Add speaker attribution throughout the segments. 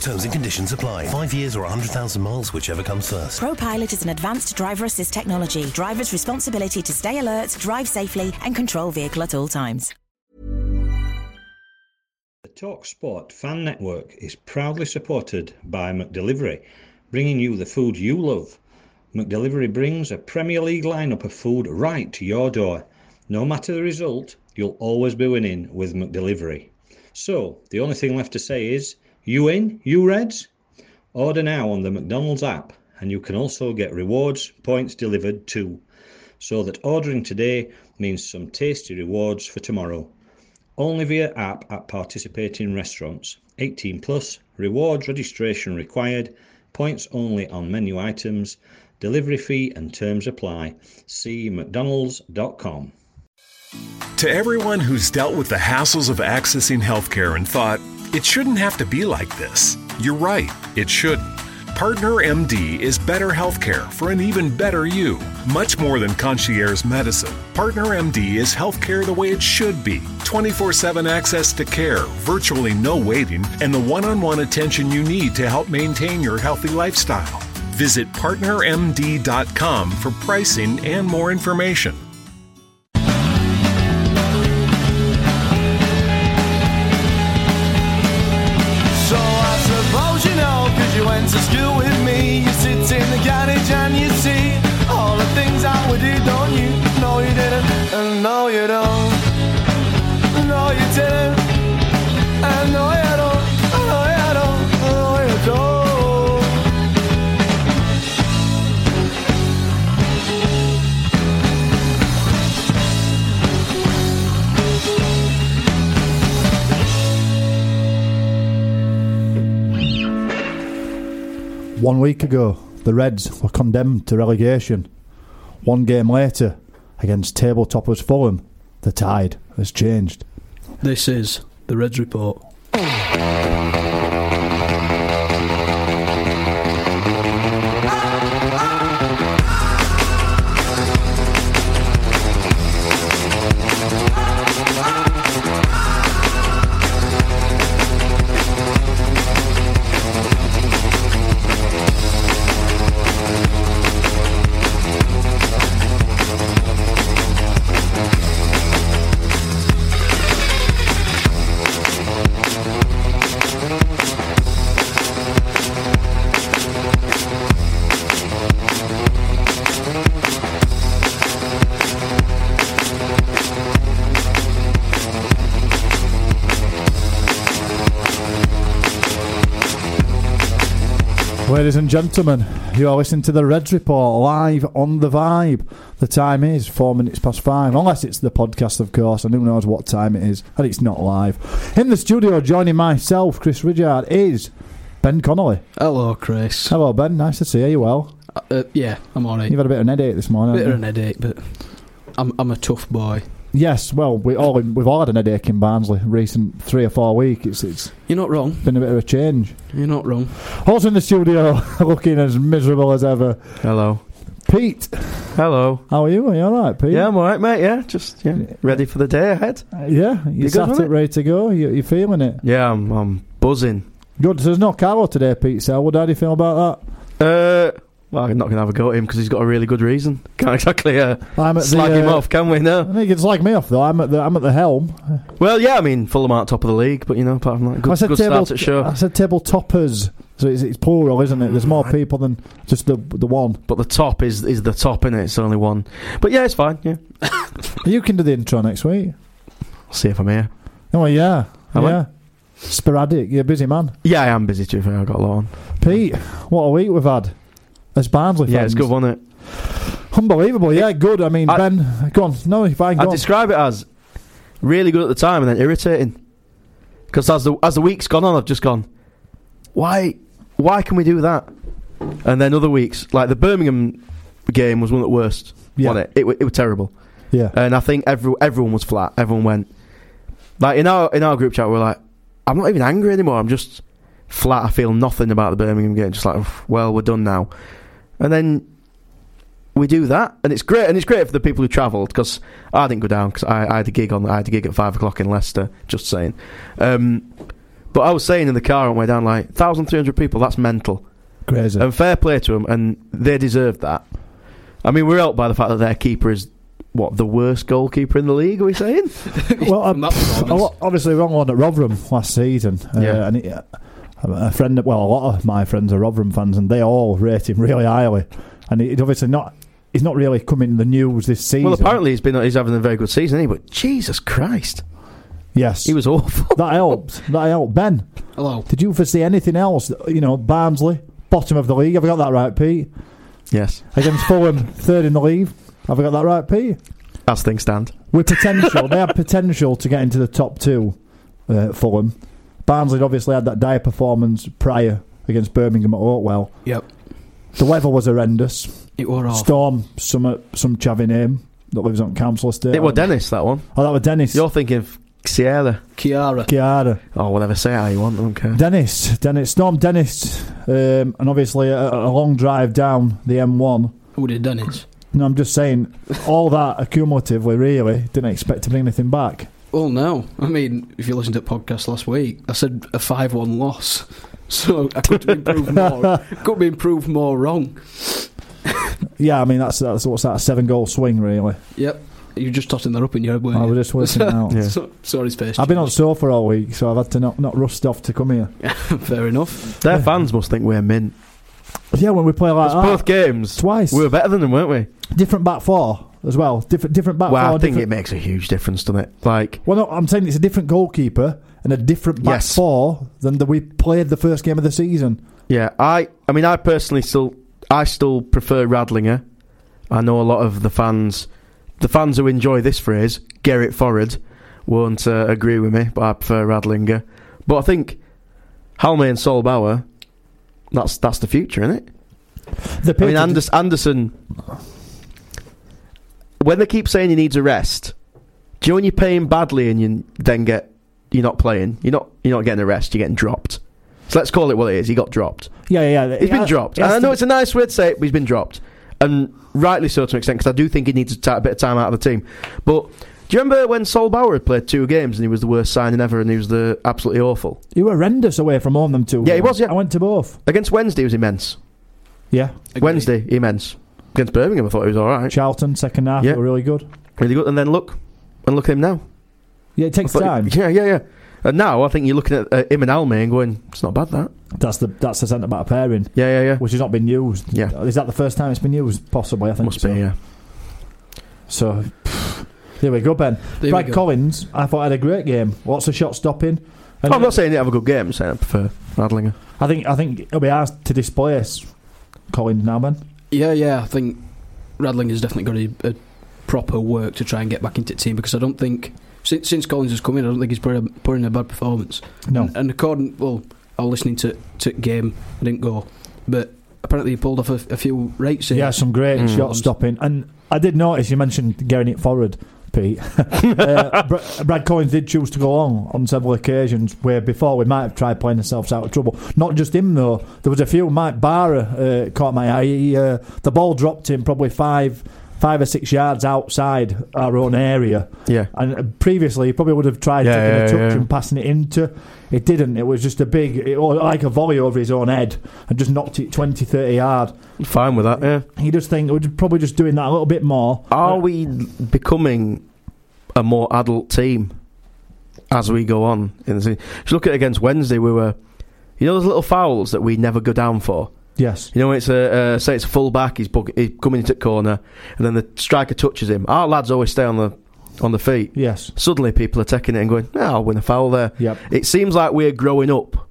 Speaker 1: Terms and conditions apply. Five years or 100,000 miles, whichever comes first.
Speaker 2: Pro Pilot is an advanced driver assist technology. Driver's responsibility to stay alert, drive safely, and control vehicle at all times.
Speaker 3: The TalkSport fan network is proudly supported by McDelivery, bringing you the food you love. McDelivery brings a Premier League lineup of food right to your door. No matter the result, you'll always be winning with McDelivery. So, the only thing left to say is, you in, you Reds? Order now on the McDonald's app, and you can also get rewards points delivered too. So that ordering today means some tasty rewards for tomorrow. Only via app at participating restaurants. 18 plus, rewards registration required, points only on menu items, delivery fee and terms apply. See mcdonalds.com.
Speaker 4: To everyone who's dealt with the hassles of accessing healthcare and thought, it shouldn't have to be like this, you're right, it shouldn't. Partner MD is better healthcare for an even better you. Much more than concierge medicine, Partner MD is healthcare the way it should be 24 7 access to care, virtually no waiting, and the one on one attention you need to help maintain your healthy lifestyle. Visit PartnerMD.com for pricing and more information.
Speaker 5: So I suppose you know, cause you went to school with me. You sit in the garage and you see all the things that we did, don't you? No, you didn't, and no, you don't. No, you didn't, and no, you don't. And no, you don't. And no, you don't.
Speaker 6: One week ago, the Reds were condemned to relegation. One game later, against table toppers Fulham, the tide has changed.
Speaker 7: This is the Reds Report.
Speaker 6: Ladies and gentlemen, you are listening to the Reds Report live on the Vibe. The time is four minutes past five, unless it's the podcast, of course, and who knows what time it is, and it's not live. In the studio, joining myself, Chris Ridgard, is Ben Connolly.
Speaker 7: Hello, Chris.
Speaker 6: Hello, Ben. Nice to see you. You well?
Speaker 7: Uh, yeah, I'm alright.
Speaker 6: You've had a bit of an headache this morning.
Speaker 7: Bit
Speaker 6: haven't
Speaker 7: of
Speaker 6: you?
Speaker 7: an headache, but I'm I'm a tough boy.
Speaker 6: Yes, well, we all we've all had an headache in Barnsley recent three or four weeks. It's it's
Speaker 7: You're not wrong.
Speaker 6: been a bit of a change.
Speaker 7: You're not wrong.
Speaker 6: Also in the studio, looking as miserable as ever.
Speaker 8: Hello.
Speaker 6: Pete,
Speaker 8: Hello.
Speaker 6: how are you? Are you all right, Pete?
Speaker 8: Yeah, I'm alright, mate. Yeah, just yeah, ready for the day ahead.
Speaker 6: Uh, yeah. You,
Speaker 8: You good
Speaker 6: sat
Speaker 8: with
Speaker 6: it
Speaker 8: it?
Speaker 6: ready to go. You, you're feeling it.
Speaker 8: Yeah, I'm, I'm buzzing.
Speaker 6: Good. So there's no Carlo today, Pete Selwood. How do you feel about
Speaker 8: Uh, well, I'm not gonna have a go at him because he's got a really good reason. Can't exactly uh,
Speaker 6: that? I'm
Speaker 8: slag him
Speaker 6: uh,
Speaker 8: off, can we?
Speaker 6: I
Speaker 8: No.
Speaker 6: think it's like me off though. I'm at the I'm at the helm.
Speaker 8: Well, yeah, I mean Fulham aren't top of the league, but you know, apart from that,
Speaker 6: I
Speaker 8: good,
Speaker 6: said
Speaker 8: good
Speaker 6: table.
Speaker 8: start at show.
Speaker 6: I said table toppers. So it's, it's plural, isn't it? There's more people than just the the one.
Speaker 8: But the top is is the top, innit? It's only one. But yeah, it's fine. Yeah,
Speaker 6: You can do the intro next week.
Speaker 8: I'll see if I'm here.
Speaker 6: Oh yeah,
Speaker 8: Am I?
Speaker 6: yeah. Sporadic. You're a busy man,
Speaker 8: Yeah, I am busy too. I got a lot on.
Speaker 6: Pete. What a week we've had. as Barnsley fans.
Speaker 8: Yeah, it's good, wasn't it?
Speaker 6: Unbelievable. Yeah, good. I mean,
Speaker 8: I-
Speaker 6: Ben, go on. No, if I go
Speaker 8: I'd
Speaker 6: on.
Speaker 8: describe it as really good at the time and then irritating. Because as the as the week's gone on, I've just gone, why why can we do that? And then other weeks, like the Birmingham game was one of the worst.
Speaker 6: Yeah.
Speaker 8: Wasn't it? Uh, It, wa- it was terrible.
Speaker 6: yeah,
Speaker 8: And I think every, everyone was flat. Everyone went like in our in our group chat. We are like, I'm not even angry anymore. I'm just flat. I feel nothing about the Birmingham game. Just like, well, we're done now. And then we do that, and it's great. And it's great for the people who travelled because I didn't go down because I, I had a gig on. I had a gig at five o'clock in Leicester. Just saying. Um, but I was saying in the car on the way down, like thousand three hundred people. That's mental.
Speaker 6: crazy.
Speaker 8: And fair play to them, and they deserved that. I mean, we're helped by the fact that their keeper is what the worst goalkeeper in the league. Are we saying?
Speaker 6: well,
Speaker 7: From
Speaker 6: uh,
Speaker 7: that performance.
Speaker 6: a lot, obviously, we were on one at Rotherham last season. Uh,
Speaker 8: Yeah.
Speaker 6: And it, uh, a friend, well, a lot of my friends are Rotherham fans, and they all rate him really highly. And it, it obviously not, he's not really come in the news this season.
Speaker 8: Well, apparently he's been he's having a very good season, isn't he? But Jesus Christ,
Speaker 6: yes,
Speaker 8: he was awful.
Speaker 6: that helped. That helped. Ben,
Speaker 7: Hello.
Speaker 6: did you foresee anything else? You know, Barnsley, bottom of the league. Have I got that right, Pete?
Speaker 8: yes,
Speaker 6: Against Fulham, third in the league. Have I got that right, Pete?
Speaker 8: as things stand,
Speaker 6: with potential. they had potential to get into the top two. Uh, Fulham, Barnsley obviously had that dire performance prior against Birmingham at Oakwell.
Speaker 7: Yep.
Speaker 6: The weather was horrendous.
Speaker 7: It wore off.
Speaker 6: Storm, some some chavvy name that lives on council estate.
Speaker 8: it was Dennis that one.
Speaker 6: Oh, that was Dennis.
Speaker 8: You're thinking of Sierra
Speaker 7: Kiara.
Speaker 6: Chiara.
Speaker 8: or whatever. Say it how you want. I don't care.
Speaker 6: Dennis, Dennis, Storm, Dennis, um, and obviously a, a long drive down the M1.
Speaker 7: Who did Dennis?
Speaker 6: No, I'm just saying, all that accumulatively, really, didn't expect to bring anything back.
Speaker 7: Well, no. I mean, if you listened to the podcast last week, I said a 5 1 loss. So I could improve more. could be improved more wrong.
Speaker 6: Yeah, I mean, that's, that's what's that, a seven goal swing, really.
Speaker 7: Yep. You're just totting that up in your head, weren't
Speaker 6: I
Speaker 7: you?
Speaker 6: was just working it out.
Speaker 8: Yeah.
Speaker 7: so, sorry, space.
Speaker 6: I've been on sofa all week, so I've had to not, not rust off to come here.
Speaker 7: Fair enough.
Speaker 8: Their fans must think we're mint.
Speaker 6: Yeah, when we play like
Speaker 8: 'Cause
Speaker 6: that,
Speaker 8: both games,
Speaker 6: Uh, twice,
Speaker 8: we were better than them, weren't we?
Speaker 6: different back four as well. Different different back
Speaker 8: Well,
Speaker 6: four.
Speaker 8: I think it
Speaker 6: different-
Speaker 8: makes a huge difference, doesn't it? Like,
Speaker 6: well, no, I'm saying it's a different goalkeeper and a different back
Speaker 8: Yes.
Speaker 6: four than that we played the first game of the season.
Speaker 8: yeah, I, I mean, I personally still, I still prefer Radlinger. I know a lot of the fans, the fans who enjoy this phrase, Gerrit Forward, won't uh, agree with me, but I prefer Radlinger. But I think Halme and Solbauer, that's that's the future, isn't it?
Speaker 6: The
Speaker 8: I mean,
Speaker 6: Patriots-
Speaker 8: Anders, Anderson, when they keep saying he needs a rest, do you know when you're paying badly and you then get you're not playing, you're not you're not getting a rest, you're getting dropped. So let's call it what it is. He got dropped.
Speaker 6: yeah, yeah, yeah.
Speaker 8: He's been
Speaker 6: Yeah,
Speaker 8: dropped.
Speaker 6: it
Speaker 8: And
Speaker 6: has
Speaker 8: I know
Speaker 6: to
Speaker 8: it's a nice way to say it, but he's been dropped. And rightly so to an extent, because I do think he needs a ti- a bit of time out of the team. But do you remember when Sol Bauer had played two games and he was the worst signing ever and he was the absolutely awful?
Speaker 6: be- you were horrendous away from home them two.
Speaker 8: Yeah, he was, yeah.
Speaker 6: I went to both.
Speaker 8: Against Wednesday, he was immense.
Speaker 6: Yeah,
Speaker 7: Agreed.
Speaker 8: Wednesday, immense. Against Birmingham, I thought he was all right.
Speaker 6: Charlton second half
Speaker 8: Yeah.
Speaker 6: were really good.
Speaker 8: Really good. And then look, and look at him now.
Speaker 6: Yeah, it takes
Speaker 8: I thought-
Speaker 6: time.
Speaker 8: Yeah, yeah, yeah. And now I think you're looking at uh, him and Alme and going, it's not bad that.
Speaker 6: That's the that's the centre back pairing,
Speaker 8: Yeah, yeah, yeah.
Speaker 6: which has not been used.
Speaker 8: Yeah.
Speaker 6: is that the first time it's been used? Possibly, I think.
Speaker 8: Must
Speaker 6: so.
Speaker 8: be, yeah.
Speaker 6: So pff, here we go, Ben.
Speaker 7: There
Speaker 6: Brad
Speaker 7: we go.
Speaker 6: Collins, I thought had a great game. Lots of shot stopping. And
Speaker 8: I'm not saying they have a good game. I'm saying I prefer Radlinger.
Speaker 6: I think I think it'll be hard to displace Collins now, Ben.
Speaker 7: Yeah, yeah. I think Radling has definitely got a, a proper work to try and get back into the team because I don't think since, since Collins has come in, I don't think he's put, in- put in a bad performance.
Speaker 6: No,
Speaker 7: And, and according, well, I was listening to to game. I didn't go, but apparently he pulled off a, a few rates here.
Speaker 6: yeah, some great
Speaker 8: Mm.
Speaker 6: shot stopping. And I did notice you mentioned getting it forward, Pete. uh, Br- Brad Collins did choose to go on on several occasions where before we might have tried playing ourselves out of trouble. Not just him though. There was a few. Mike Barra uh, caught my eye. He, uh, the ball dropped him probably five. Five or six yards outside our own area,
Speaker 8: Yeah.
Speaker 6: And uh, previously, he probably would have tried
Speaker 8: Yeah,
Speaker 6: taking a
Speaker 8: yeah,
Speaker 6: touch
Speaker 8: yeah.
Speaker 6: and passing it into. It didn't. It was just a big, it, was like a volley over his own head and just knocked it 20, 30 yard.
Speaker 8: I'm fine with that, yeah.
Speaker 6: He just think we're probably just doing that a little bit more.
Speaker 8: Are we becoming a more adult team as we go on in the season? Just look at against Wednesday, we were. You know those little fouls that we never go down for?
Speaker 6: Yes.
Speaker 8: You know, when it's a uh, say it's a full back. He's, bug- he's coming into the corner, and then the striker touches him. Our lads always stay on the on the feet.
Speaker 6: Yes.
Speaker 8: Suddenly, people are taking it and going, "Yeah, I'll win a foul there."
Speaker 6: Yep.
Speaker 8: It seems like we're growing up.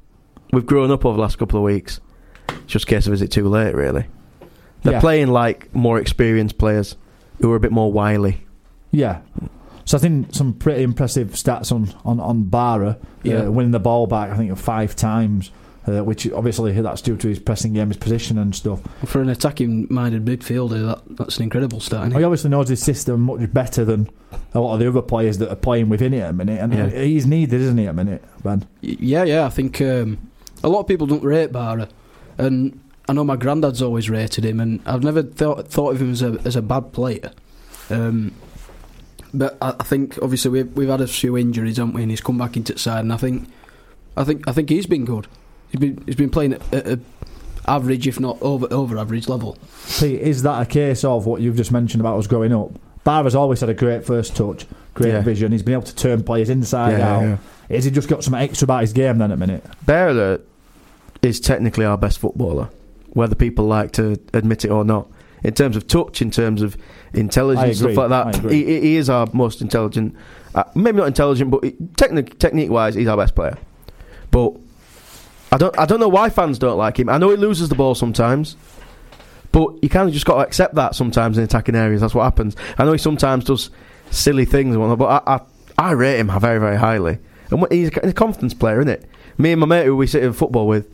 Speaker 8: We've grown up over the last couple of weeks. It's just a case of is it too late, really? They're
Speaker 6: Yeah.
Speaker 8: playing like more experienced players who are a bit more wily.
Speaker 6: Yeah. So I think some pretty impressive stats on on on Barra
Speaker 7: Yeah.
Speaker 6: uh, winning the ball back. I think five times, uh, which obviously that's due to his pressing game, his position and stuff.
Speaker 7: For an attacking minded midfielder, that, that's an incredible start. Isn't
Speaker 6: He
Speaker 7: it?
Speaker 6: obviously knows his system much better than a lot of the other players that are playing within it at the minute, and
Speaker 8: Yeah.
Speaker 6: he's needed, isn't he, at the minute, Ben?
Speaker 7: Y- Yeah, yeah. I think um, a lot of people don't rate Barra, and I know my granddad's always rated him, and I've never thought thought of him as a as a bad player. Um, but I, I think obviously we've we've had a few injuries, haven't we? And he's come back into the side, and I think I think I think he's been good. He's been he's been playing at, at a average, if not over over average level.
Speaker 6: See, is that a case of what you've just mentioned about us growing up? Barra's always had a great first touch, great
Speaker 8: Yeah.
Speaker 6: vision. He's been able to turn players inside
Speaker 8: Yeah,
Speaker 6: out.
Speaker 8: yeah.
Speaker 6: Is he just got some extra about his game then at the minute?
Speaker 8: Bearer is technically our best footballer, whether people like to admit it or not. In terms of touch, in terms of intelligence,
Speaker 6: I agree,
Speaker 8: stuff like
Speaker 6: I
Speaker 8: that,
Speaker 6: agree.
Speaker 8: he, he- he is our most intelligent. Uh, maybe not intelligent, but technique technique wise, he's our best player. But I don't I don't know why fans don't like him. I know he loses the ball sometimes, but you kind of just got to accept that sometimes in attacking areas. That's what happens. I know he sometimes does silly things and whatnot, but I I, I rate him very very highly. And what- he's a confidence player, isn't it? Me and my mate who we sit in football with,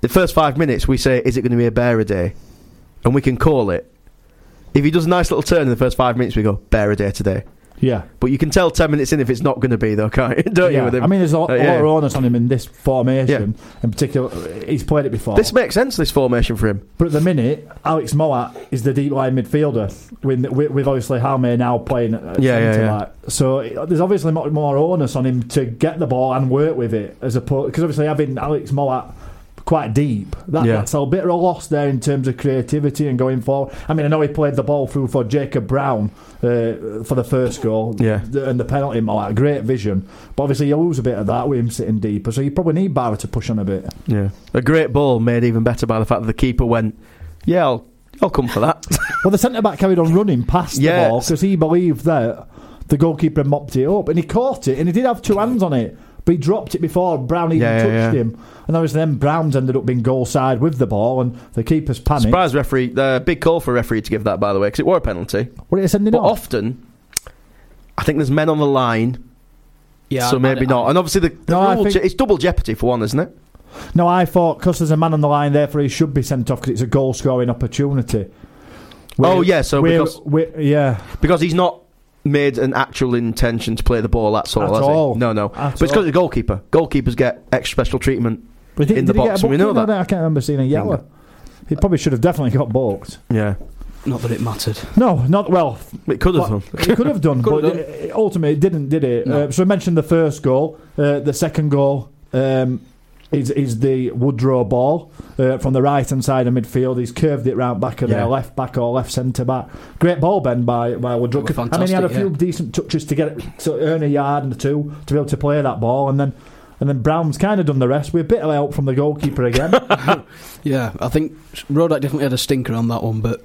Speaker 8: the first five minutes we say, "Is it going to be a bear a day?" and we can call it. If he does a nice little turn in the first five minutes, we go bear a day today.
Speaker 6: Yeah.
Speaker 8: But you can tell ten minutes in if it's not going to be though, can't you? Don't you?
Speaker 6: Yeah.
Speaker 8: With him?
Speaker 6: I mean, there's a lot,
Speaker 8: Uh,
Speaker 6: a lot
Speaker 8: yeah.
Speaker 6: of onus on him in this formation. In particular, he's played it before.
Speaker 8: This makes sense. This formation for him.
Speaker 6: but at the minute, Alex Moat is the deep line midfielder with, with, with obviously Halme now playing. At
Speaker 8: Yeah, yeah,
Speaker 6: centre
Speaker 8: yeah.
Speaker 6: back. So it- there's obviously much more onus on him to get the ball and work with it as opposed because obviously having Alex Moat quite deep that,
Speaker 8: Yeah.
Speaker 6: that's a bit of a loss there in terms of creativity and going forward. I mean, I know he played the ball through for Jacob Brown uh, for the first goal
Speaker 8: Yeah.
Speaker 6: the- and the penalty. Moat, great vision, but obviously you lose a bit of that with him sitting deeper. So you probably need Barra to push on a bit.
Speaker 8: Yeah, a great ball made even better by the fact that the keeper went, "Yeah, I'll, I'll come for that."
Speaker 6: Well, the centre back carried on running past the
Speaker 8: Yeah.
Speaker 6: ball because he believed that the goalkeeper mopped it up, and he caught it, and he did have two hands on it, but he dropped it before Brown even
Speaker 8: Yeah, yeah,
Speaker 6: touched
Speaker 8: yeah.
Speaker 6: him. And obviously, then Brown's ended up being goal side with the ball, and the keeper's panicked.
Speaker 8: Surprise referee! Uh, big call for a referee to give that, by the way, because it were a penalty.
Speaker 6: What are you sending
Speaker 8: But
Speaker 6: off?
Speaker 8: often, I think there's men on the line,
Speaker 7: Yeah,
Speaker 8: so
Speaker 7: I-
Speaker 8: maybe
Speaker 7: I-
Speaker 8: not. And obviously, the, the
Speaker 6: No, I
Speaker 8: rule
Speaker 6: think-
Speaker 8: che- it's double jeopardy for one, isn't it?
Speaker 6: No, I thought because there's a man on the line, therefore he should be sent off because it's a goal scoring opportunity.
Speaker 8: Oh, yeah, so
Speaker 6: we're-
Speaker 8: because-
Speaker 6: we're- yeah,
Speaker 8: Because he's not made an actual intention to play the ball at all.
Speaker 6: At
Speaker 8: has he?
Speaker 6: all.
Speaker 8: No, no.
Speaker 6: At
Speaker 8: but it's
Speaker 6: all.
Speaker 8: because the goalkeeper. Goalkeepers get extra special treatment.
Speaker 6: But
Speaker 8: in the
Speaker 6: he get
Speaker 8: box,
Speaker 6: a
Speaker 8: and we
Speaker 6: booking
Speaker 8: know
Speaker 6: on
Speaker 8: that.
Speaker 6: it? I can't remember seeing a yellow. He probably should have definitely got balked.
Speaker 8: Yeah,
Speaker 7: Not that it mattered.
Speaker 6: No, not well.
Speaker 8: it could have.
Speaker 6: Well,
Speaker 8: done.
Speaker 6: It could have done,
Speaker 7: Could have
Speaker 6: but
Speaker 7: done.
Speaker 6: it- it ultimately it didn't, did it?
Speaker 7: No.
Speaker 6: Uh, so I mentioned the first goal. Uh, the second goal um, is is the Woodrow ball uh, from the right hand side of midfield. He's curved it round back of
Speaker 8: Yeah.
Speaker 6: their left back or left centre back. Great ball, Ben, by by Woodrow.
Speaker 7: That was
Speaker 6: I mean, he had a
Speaker 7: fantastic,
Speaker 6: few decent touches to get it, to earn a yard and two to be able to play that ball, and then. And then Brown's kind of done the rest. We're a bit of help from the goalkeeper again.
Speaker 7: Yeah, I think Rodak definitely had a stinker on that one, but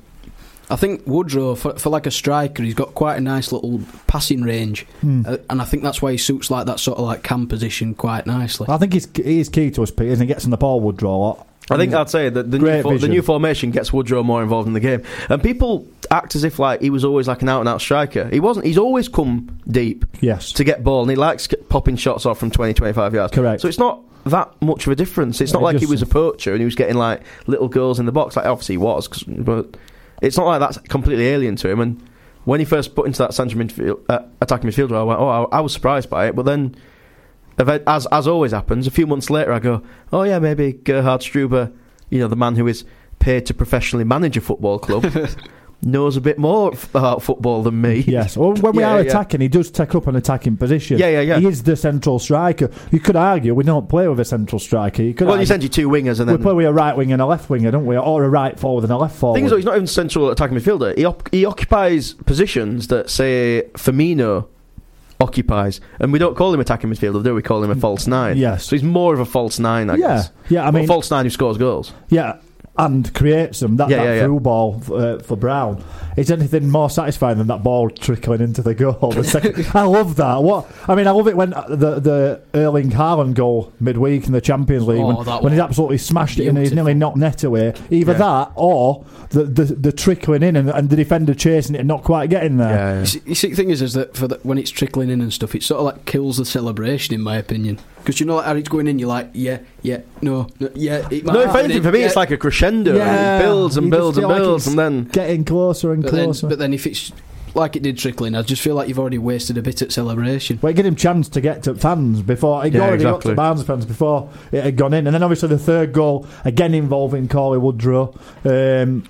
Speaker 7: I think Woodrow, for, for like a striker, he's got quite a nice little passing range,
Speaker 8: Hmm.
Speaker 7: uh, and I think that's why he suits like that sort of like cam position quite nicely.
Speaker 8: Ah.
Speaker 6: I think he's, he is key to us, Pete, isn't he? Gets on the ball, Woodrow, a lot.
Speaker 8: I think I'd say that the new,
Speaker 6: Great
Speaker 8: fo- the
Speaker 6: vision.
Speaker 8: new formation gets Woodrow more involved in the game, and people act as if like he was always like an out and out striker. He wasn't. He's always come deep
Speaker 6: Yes.
Speaker 8: to get ball, and he likes c- popping shots off from 20, 25 yards.
Speaker 6: Correct.
Speaker 8: So it's not that much of a difference. It's not
Speaker 6: Yeah,
Speaker 8: like he
Speaker 6: just-
Speaker 8: was a poacher and he was getting like little girls in the box. Like obviously he was, 'cause- but it's not like that's completely alien to him. And when he first put into that central midfield uh, attacking midfielder, I went, oh, I, I was surprised by it, but then. Eve- as as always happens, a few months later, I go, oh yeah, maybe Gerhard Struber, you know, the man who is paid to professionally manage a football club, knows a bit more f- about football than me.
Speaker 6: Yes. Well, when we
Speaker 8: Yeah,
Speaker 6: are
Speaker 8: yeah.
Speaker 6: attacking, he does take up an attacking position.
Speaker 8: Yeah, yeah, yeah.
Speaker 6: He is the central striker. You could argue we don't play with a central striker. You could
Speaker 8: Well,
Speaker 6: argue,
Speaker 8: you send you two wingers, and
Speaker 6: we
Speaker 8: then
Speaker 6: play with a right wing and a left winger, don't we? Or a right forward and a left forward.
Speaker 8: thing is, though, he's not even central attacking midfielder. He op- he occupies positions that say Firmino occupies, and we don't call him attacking midfielder, do we? We Call him a false nine.
Speaker 6: Yes.
Speaker 8: So he's more of a false nine, I
Speaker 6: Yeah.
Speaker 8: guess.
Speaker 6: Yeah, I
Speaker 8: Well,
Speaker 6: mean-
Speaker 8: false nine who scores goals.
Speaker 6: yeah. and creates them. That,
Speaker 8: Yeah,
Speaker 6: that
Speaker 8: yeah, yeah.
Speaker 6: through ball uh, for Brown. Is anything more satisfying than that ball trickling into the goal? The second, I love that. What I mean, I love it when uh, the the Erling Haaland goal midweek in the Champions League
Speaker 7: Oh,
Speaker 6: when,
Speaker 7: that
Speaker 6: when he's
Speaker 7: one.
Speaker 6: absolutely smashed it and he's nearly knocked net away. Either
Speaker 8: Yeah.
Speaker 6: that or the, the the trickling in and, and the defender chasing it and not quite getting there.
Speaker 8: Yeah,
Speaker 7: You
Speaker 8: yeah.
Speaker 7: see, you see, the thing is, is that for the, when it's trickling in and stuff, it sort of like kills the celebration, in my opinion. Because you know, like, how it's going in, you're like, yeah, yeah, no, no yeah. It might
Speaker 8: No, if
Speaker 7: happen,
Speaker 8: anything,
Speaker 7: it-
Speaker 8: for me,
Speaker 7: yeah.
Speaker 8: it's like a crescendo. It builds and
Speaker 6: You just
Speaker 8: builds and
Speaker 6: feel like
Speaker 8: builds,
Speaker 6: it's
Speaker 8: and then
Speaker 6: getting closer and
Speaker 7: But then,
Speaker 6: closer.
Speaker 7: but then if it's like it did trickling, I just feel like you've already wasted a bit at celebration.
Speaker 6: Well, it gave him chance to get to fans before it
Speaker 8: Yeah,
Speaker 6: already got
Speaker 8: exactly.
Speaker 6: to Barnes fans before it had gone in, and then obviously the third goal again involving Corley Woodrow. Um,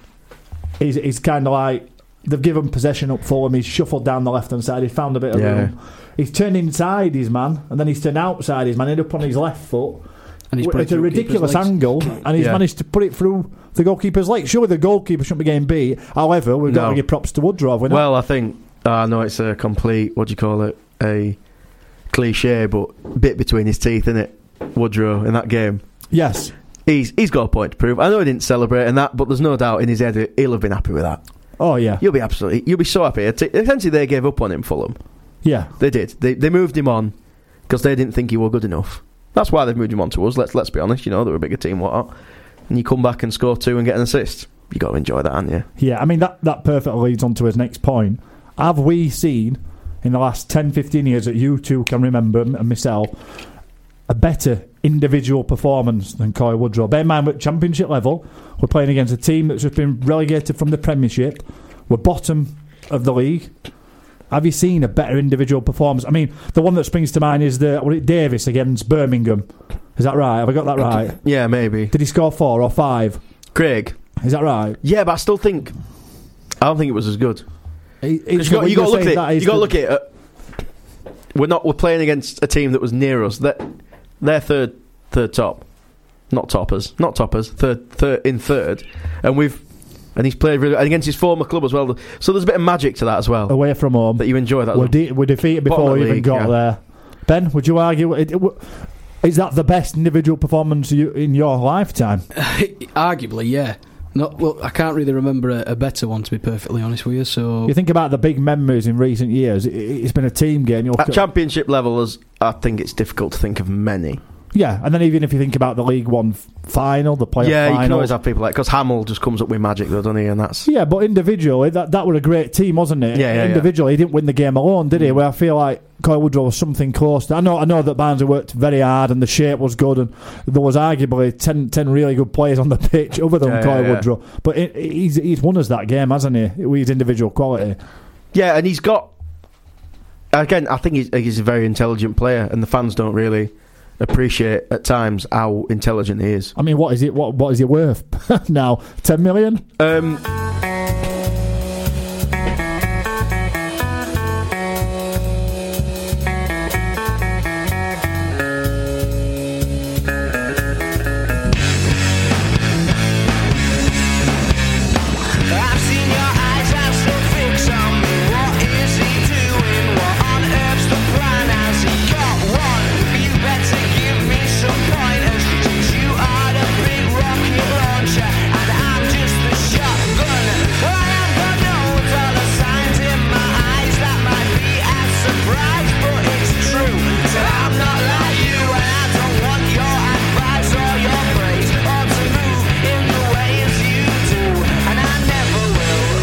Speaker 6: he's he's kind of like they've given possession up for him. He's shuffled down the left hand side. He found a bit of
Speaker 8: Yeah.
Speaker 6: room. He's turned inside his man, and then he's turned outside his man. Ended up on his left foot.
Speaker 7: And he's
Speaker 6: Well,
Speaker 7: put it
Speaker 6: it's a
Speaker 7: through keeper's
Speaker 6: ridiculous
Speaker 7: legs.
Speaker 6: angle, and he's
Speaker 8: Yeah.
Speaker 6: managed to put it through the goalkeeper's leg. Surely the goalkeeper shouldn't be getting beat. However, we've got
Speaker 8: No.
Speaker 6: to give props to Woodrow. haven't we?
Speaker 8: Well, I think uh, no, it's a complete what do you call it? A cliche, but bit between his teeth, is it? Woodrow in that game,
Speaker 6: yes,
Speaker 8: he's he's got a point to prove. I know he didn't celebrate and that, but there's no doubt in his head he'll have been happy with that.
Speaker 6: oh yeah,
Speaker 8: You'll be absolutely, you'll be so happy. It's- Essentially, they gave up on him, Fulham.
Speaker 6: yeah.
Speaker 8: They did. They they moved him on because they didn't think he were good enough. That's why they've moved him on to us. Let's let's be honest. You know, they were a bigger team, whatnot. And you come back and score two and get an assist. You got to enjoy that, aren't you?
Speaker 6: Yeah, I mean, that, that perfectly leads on to his next point. Have we seen in the last 10, 15 years that you two can remember, m- and myself, a better individual performance than Coy Woodrow? Bear in mind, we're at championship level, we're playing against a team that's just been relegated from the Premiership, we're bottom of the league. Have you seen a better individual performance? I mean, the one that springs to mind is the was it Davis against Birmingham. Is that right? Have I got that right?
Speaker 8: Yeah, maybe.
Speaker 6: Did he score four or five?
Speaker 8: Craig.
Speaker 6: Is that right?
Speaker 8: Yeah, but I still think I don't think it was as good.
Speaker 6: He- he's the
Speaker 8: 'Cause You got, you got
Speaker 6: winger
Speaker 8: to look
Speaker 6: saying
Speaker 8: at
Speaker 6: that
Speaker 8: it.
Speaker 6: he's
Speaker 8: You got to
Speaker 6: the-
Speaker 8: look at it. uh, We're not. We're playing against a team that was near us. That they're third, third top, not toppers, not toppers. Third, third in third, and we've and he's played really and against his former club as well. So there's a bit of magic to that as well
Speaker 6: away from home.
Speaker 8: that you enjoy that. as
Speaker 6: We're,
Speaker 8: Oh, well.
Speaker 6: de- we're defeated before
Speaker 8: Bottom of
Speaker 6: we
Speaker 8: the
Speaker 6: even
Speaker 8: league,
Speaker 6: got
Speaker 8: yeah.
Speaker 6: there. Ben, would you argue it, it, w- is that the best individual performance you, in your lifetime?
Speaker 7: Arguably, yeah. Not well. I can't really remember a, a better one, to be perfectly honest with you. So
Speaker 6: You think about the big memories in recent years. It, it's been a team game. You'll
Speaker 8: At championship level, as I think it's difficult to think of many.
Speaker 6: yeah, and then even if you think about the League One f- final, the playoff
Speaker 8: Oh, yeah, you can
Speaker 6: final.
Speaker 8: always have people like because Hamill just comes up with magic though, doesn't he? And that's
Speaker 6: yeah, but individually, that, that were a great team, wasn't it?
Speaker 8: Yeah, yeah, yeah.
Speaker 6: individually, he didn't win the game alone, did he? Where I feel like Kyle Woodrow was something close. To, I know, I know that Barnsley worked very hard, and the shape was good, and there was arguably 10, 10 really good players on the pitch other than
Speaker 8: Yeah,
Speaker 6: Kyle
Speaker 8: yeah, yeah.
Speaker 6: Woodrow. But it, it- he's he's won us that game, hasn't he? With his individual quality.
Speaker 8: Yeah, and he's got. Again, I think he's, he's a very intelligent player, and the fans don't really appreciate at times how intelligent he is.
Speaker 6: I mean, what is it? What what is he worth now? Ten million?
Speaker 8: Um,
Speaker 5: I've seen your eyes have some fix on me. What is he doing? What on earth's the plan? Has he got one? You better give me some pointers. 'cause you are the big rocket launcher, and I'm just the shotgun. I have got no dollar signs in my eyes. That might be a surprise, but it's true. So I'm not like you, and I don't want your advice or your praise, or to move in the ways you do, and I never will.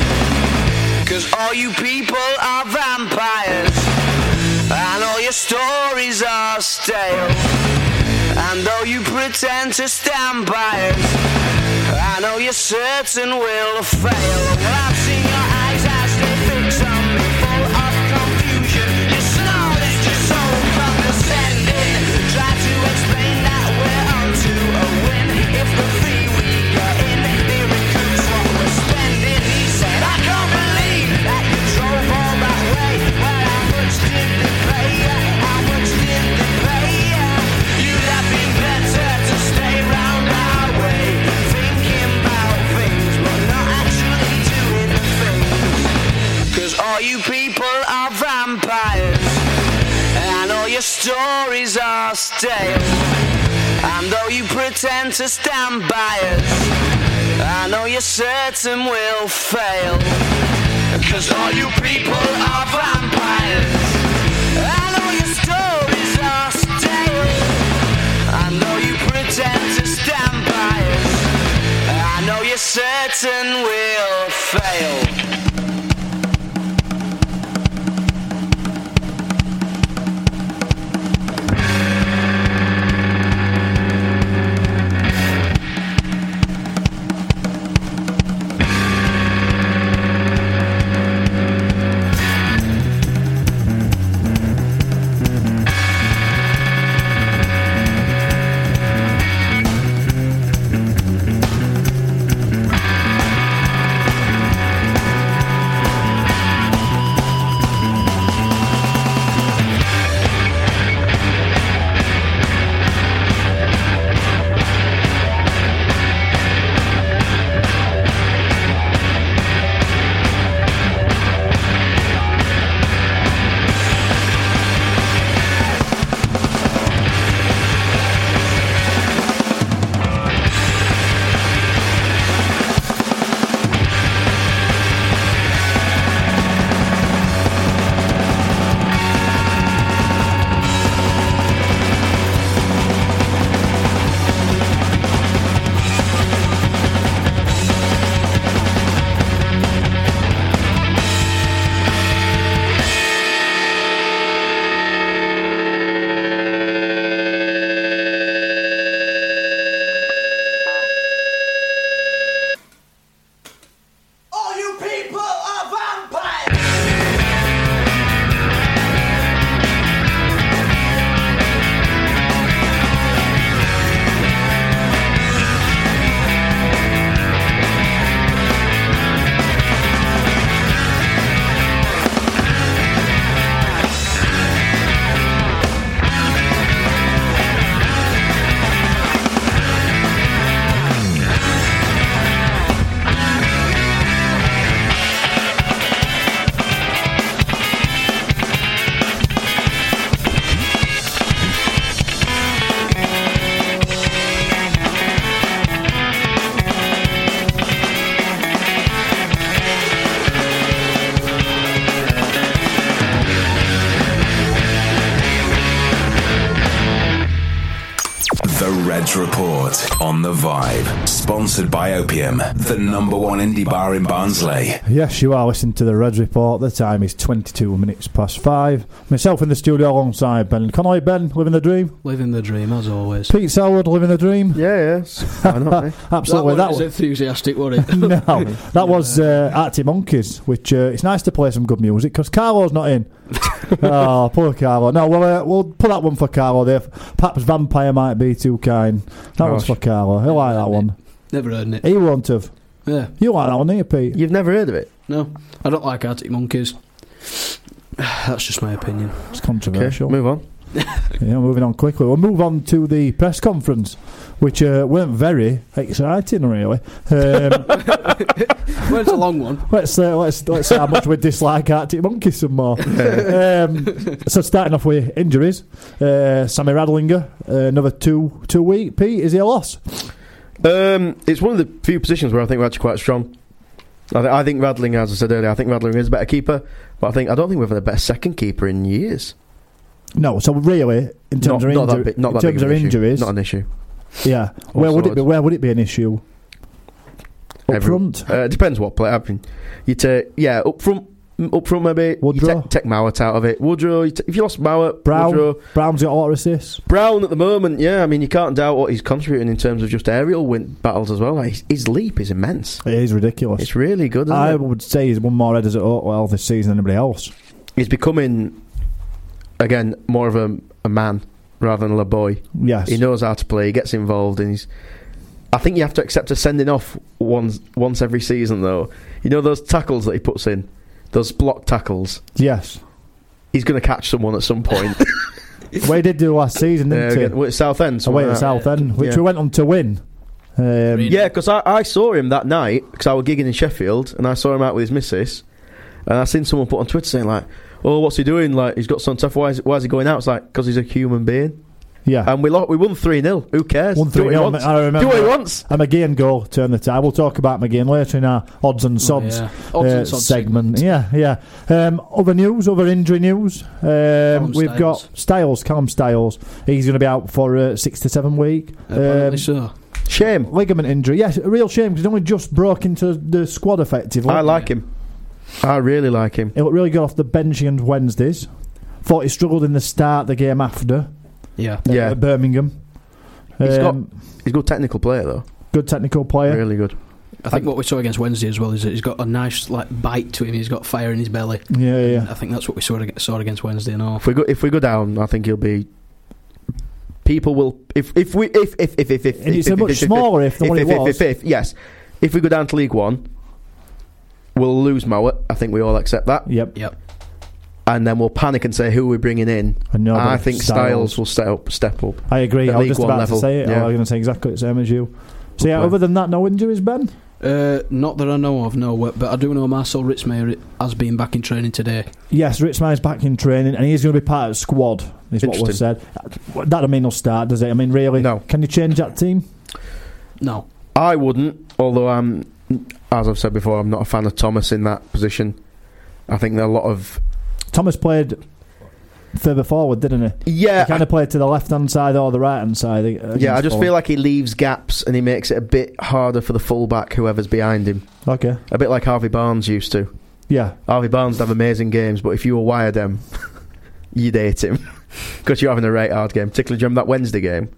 Speaker 5: 'Cause all you people are vampires, and all your stories are stale. And though you pretend to stand by it, I know you're certain will fail. Well, I've seen your eyes as they fix on me, full of confusion. You snarl at your soul condescending. Try to explain that we're on to a win. If the fee we are in, they recoups what we're spending. He said, I can't believe that you drove all that way. Well, how much did they pay you? How much did they pay you? You'd have been better to stay round our way, thinking about things, but not actually doing the things. Cause all you people are vampires, and all your stories are stale. And though you pretend to stand by us, I know you're certain will fail. Cause all you people are vampires. I know your stories are stale. I know you pretend to stand by us. I know you're certain will fail. All you people are vampires!
Speaker 9: The Reg Report on the Vibe, sponsored by Opium, the number one indie bar in Barnsley.
Speaker 6: Yes, you are listening to the Reds Report. The time is 22 minutes past five. Myself in the studio alongside Ben Conway. Ben, living the dream.
Speaker 7: Living the dream as always.
Speaker 6: Pete Selwood, living the dream.
Speaker 8: Yeah, yeah. Why not, eh?
Speaker 6: Absolutely.
Speaker 7: that was enthusiastic, wasn't it?
Speaker 6: No, that was uh, Arctic Monkeys, which uh, it's nice to play some good music because Carlo's not in. oh, poor Carlo. No, we'll, uh, we'll put that one for Carlo there. Perhaps Vampire might be too kind. That one's
Speaker 8: Gosh.
Speaker 6: for Carlo. He'll like that one.
Speaker 7: Never heard it.
Speaker 6: He won't have.
Speaker 7: Yeah,
Speaker 6: You like that one, don't you, Pete?
Speaker 8: You've never heard of it?
Speaker 7: no, I don't like Arctic Monkeys. That's just my opinion.
Speaker 6: It's
Speaker 8: Okay,
Speaker 6: controversial.
Speaker 8: move on.
Speaker 6: Yeah, moving on quickly. We'll move on to the press conference, which uh, weren't very exciting, really. Um,
Speaker 7: Well, it's a long one.
Speaker 6: let's uh, let's let's see how much we dislike Arctic Monkeys some more. um, so starting off with injuries, uh, Sammy Radlinger, uh, another two two week. Pete, is he a loss?
Speaker 8: Um, it's one of the few positions where I think we're actually quite strong. I, th- I think Radling, as I said earlier, I think Radling is a better keeper, but I think I don't think we've had a better second keeper in years.
Speaker 6: No. So really, in terms
Speaker 8: Not,
Speaker 6: of
Speaker 8: not that
Speaker 6: injury-
Speaker 8: big, not
Speaker 6: in
Speaker 8: that
Speaker 6: terms
Speaker 8: big of
Speaker 6: of
Speaker 8: an issue.
Speaker 6: injuries,
Speaker 8: Not an issue.
Speaker 6: yeah. Where would it be?
Speaker 8: sorts.
Speaker 6: Where would it be an issue? Up
Speaker 8: Every-
Speaker 6: front.
Speaker 8: Uh, it depends what player. I mean, you take yeah up front, m- up front maybe. You
Speaker 6: Woodrow.
Speaker 8: take, take Mowat out of it. Woodrow. You t- if you lost Mowat,
Speaker 6: Brown.
Speaker 8: Woodrow,
Speaker 6: Brown's got a lot of assists.
Speaker 8: Brown at the moment. Yeah, I mean you can't doubt what he's contributing in terms of just aerial win- battles as well. Like, his, his leap is immense.
Speaker 6: It is ridiculous.
Speaker 8: It's really good. Isn't
Speaker 6: I
Speaker 8: it?
Speaker 6: would say he's won more headers at Oakwell this season than anybody else.
Speaker 8: He's becoming again more of a, a man rather than a boy.
Speaker 6: Yes.
Speaker 8: He knows how to play. He gets involved, and he's. I think you have to accept a sending off once once every season, though. You know those tackles that he puts in, those block tackles.
Speaker 6: Yes.
Speaker 8: He's going to catch someone at some point.
Speaker 6: Well, he did do last season,
Speaker 8: Yeah,
Speaker 6: didn't
Speaker 8: again,
Speaker 6: he?
Speaker 8: well, it's South End.
Speaker 6: Away
Speaker 8: somewhere
Speaker 6: at
Speaker 8: like that.
Speaker 6: Southend, which
Speaker 8: Yeah.
Speaker 6: we went on to win. Um,
Speaker 8: Yeah, because I, I saw him that night because I was gigging in Sheffield and I saw him out with his missus. And I seen someone put on Twitter saying, like, oh, what's he doing? Like, he's got some tough. Why is, why is he going out? It's like, because he's a human being.
Speaker 6: Yeah.
Speaker 8: And we lo- we won 3 0. Who cares?
Speaker 6: One
Speaker 8: Do
Speaker 6: three.
Speaker 8: what he
Speaker 6: nil,
Speaker 8: wants.
Speaker 6: I remember.
Speaker 8: Do what he wants.
Speaker 6: A McGeehan goal turned the tie. We'll talk about McGeehan later in our odds and sods,
Speaker 7: Oh, yeah. Odds and sods
Speaker 6: segment. Yeah, yeah. Um, other news, other injury news. Um,
Speaker 7: Callum
Speaker 6: we've
Speaker 7: Stiles.
Speaker 6: got Styles, Callum Styles. He's going to be out for uh, six to seven week.
Speaker 7: Apparently
Speaker 6: Um,
Speaker 7: so.
Speaker 8: Shame.
Speaker 6: ligament injury. Yes, a real shame because he only just broke into the squad effectively.
Speaker 8: I like him. I really like him.
Speaker 6: He looked really good off the bench on Wednesdays. Thought he struggled in the start the game after
Speaker 7: Yeah.
Speaker 6: uh,
Speaker 8: Yeah.
Speaker 6: Birmingham. Um,
Speaker 8: He's got- He's a good technical player, though.
Speaker 6: good technical player.
Speaker 8: Really good.
Speaker 7: I think what we saw against Wednesday as well is that he's got a nice like bite to him. He's got fire in his belly.
Speaker 6: Yeah, yeah.
Speaker 7: I think that's what we saw ag- saw against Wednesday and all.
Speaker 8: If we go, if we go down, I think he'll be. People will if if we if if if if if
Speaker 6: And it's a
Speaker 8: if, if-
Speaker 6: much
Speaker 8: if- if-
Speaker 6: smaller if than
Speaker 8: if,
Speaker 6: what
Speaker 8: if,
Speaker 6: it
Speaker 8: if,
Speaker 6: was.
Speaker 8: if, if, yes, if we go down to League One, we'll lose Mowat. I think we all accept that,
Speaker 6: Yep.
Speaker 7: Yep.
Speaker 8: and then we'll panic and say who are we bringing in.
Speaker 6: Another
Speaker 8: I think Styles,
Speaker 6: Oh, Styles.
Speaker 8: will step up. Step up.
Speaker 6: I agree.
Speaker 8: At
Speaker 6: I was
Speaker 8: League
Speaker 6: just
Speaker 8: One
Speaker 6: about
Speaker 8: level,
Speaker 6: to say it.
Speaker 8: yeah.
Speaker 6: I was going to say exactly the same as you. So yeah,
Speaker 8: player.
Speaker 6: other than that, no injuries, Ben.
Speaker 7: Uh, not that I know of, no. But but I do know Marcel Ritzmeyer has been back in training today.
Speaker 6: Yes, Richman's back in training, and he's going to be part of the squad. Is what was said. That doesn't mean he'll start, does it? I mean, really,
Speaker 8: No.
Speaker 6: Can you change that team?
Speaker 7: No.
Speaker 8: I wouldn't, although I'm, as I've said before, I'm not a fan of Thomas in that position. I think there are a lot of
Speaker 6: Thomas played further forward, didn't he?
Speaker 8: yeah,
Speaker 6: he kind of played to the left hand side or the right hand side. uh,
Speaker 8: Yeah, I just
Speaker 6: against
Speaker 8: feel like he leaves gaps and he makes it a bit harder for the fullback, whoever's behind him.
Speaker 6: Fulham. okay.
Speaker 8: A bit like Harvey Barnes used to.
Speaker 6: Yeah,
Speaker 8: Harvey Barnes would have amazing games, but if you were wired them, you'd hate him because you're having a right hard game. Particularly during that Wednesday game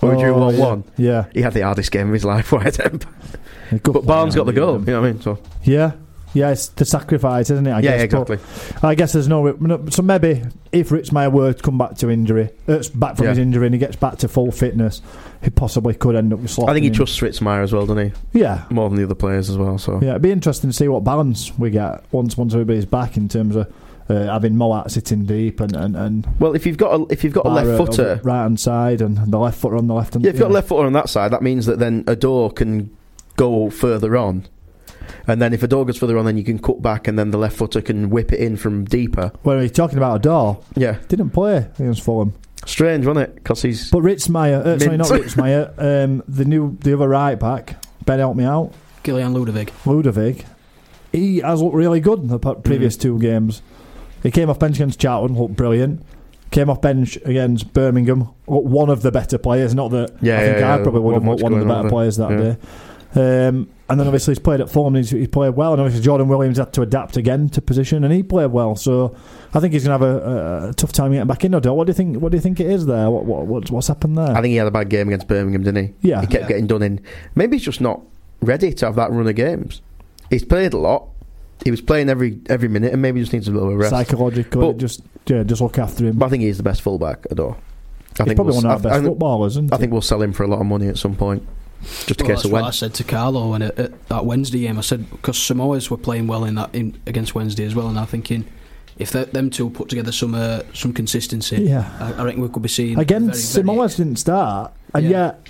Speaker 8: where we drew
Speaker 6: Oh,
Speaker 8: one
Speaker 6: yeah.
Speaker 8: one.
Speaker 6: Yeah,
Speaker 8: He had the hardest game of his life, wired him. But Barnes got the goal. You know what I mean? So
Speaker 6: Yeah, yeah, it's the sacrifice, isn't it? I
Speaker 8: yeah,
Speaker 6: guess, but-
Speaker 8: exactly.
Speaker 6: I guess there's no, no. So maybe if Richmeyer were to come back to injury, it's back from
Speaker 8: Yeah.
Speaker 6: his injury and he gets back to full fitness, he possibly could end up with
Speaker 8: I think
Speaker 6: slotting
Speaker 8: he
Speaker 6: in.
Speaker 8: trusts Ritzmeyer as well, doesn't
Speaker 6: Yeah.
Speaker 8: he? More than the other players as well. So
Speaker 6: Yeah, it'd be interesting to see what balance we get once once everybody's back in terms of uh, having Moat sitting deep and and, and
Speaker 8: well, if you've got a, if you've got a left footer,
Speaker 6: right hand side and the left footer on the left hand.
Speaker 8: Yeah, if you've got a left footer on that side, that means that then a door can go further on. And then if a door goes further on, then you can cut back and then the left footer can whip it in from deeper.
Speaker 6: When we're talking about a door,
Speaker 8: Yeah.
Speaker 6: didn't play against Fulham.
Speaker 8: Strange, wasn't it? Because he's.
Speaker 6: But Ritzmeyer, uh, sorry,
Speaker 8: Mint.
Speaker 6: not Ritzmeyer, um, the new the other right back. Ben, help me out.
Speaker 7: Gillian Ludovic.
Speaker 6: Ludovic, he has looked really good in the p-
Speaker 8: Mm.
Speaker 6: previous two games. He came off bench against Charlton, looked brilliant. Came off bench against Birmingham, looked one of the better players. Not that
Speaker 8: Yeah,
Speaker 6: I think
Speaker 8: yeah,
Speaker 6: I
Speaker 8: yeah,
Speaker 6: probably would have
Speaker 8: not
Speaker 6: looked one of the
Speaker 8: much
Speaker 6: better
Speaker 8: going
Speaker 6: players that
Speaker 8: on there.
Speaker 6: day. Um, and then obviously he's played at Fulham. and He's, he's played well, and obviously Jordan Williams had to adapt again to position, and he played well. So I think he's going to have a, a, a tough time getting back in. Odell, what do you think? What do you think it is there? What, what what's, what's happened there?
Speaker 8: I think he had a bad game against Birmingham, didn't he?
Speaker 6: Yeah.
Speaker 8: He kept
Speaker 7: Yeah.
Speaker 8: getting done in. Maybe he's just not ready to have that run of games. He's played a lot. He was playing every every minute, and maybe he just needs a little bit of rest.
Speaker 6: Psychologically,
Speaker 8: But-
Speaker 6: just yeah, just look after him.
Speaker 8: But I think he's the best fullback at all. I
Speaker 6: he's
Speaker 8: think
Speaker 6: probably
Speaker 8: we'll,
Speaker 6: one of
Speaker 8: I,
Speaker 6: our best
Speaker 8: I-
Speaker 6: footballers, isn't
Speaker 8: I
Speaker 6: he?
Speaker 8: think we'll sell him for a lot of money at some point, just
Speaker 7: Well,
Speaker 8: in case
Speaker 7: that's
Speaker 8: of
Speaker 7: what
Speaker 8: when.
Speaker 7: I said to Carlo when it, at that Wednesday game. I said because Samoas were playing well in that in, against Wednesday as well, and I'm thinking if that, them two put together some uh, some consistency,
Speaker 6: Yeah.
Speaker 7: I, I reckon we could be seeing
Speaker 6: Again,
Speaker 7: very, very-
Speaker 6: Simoes didn't start, and
Speaker 7: Yeah.
Speaker 6: yet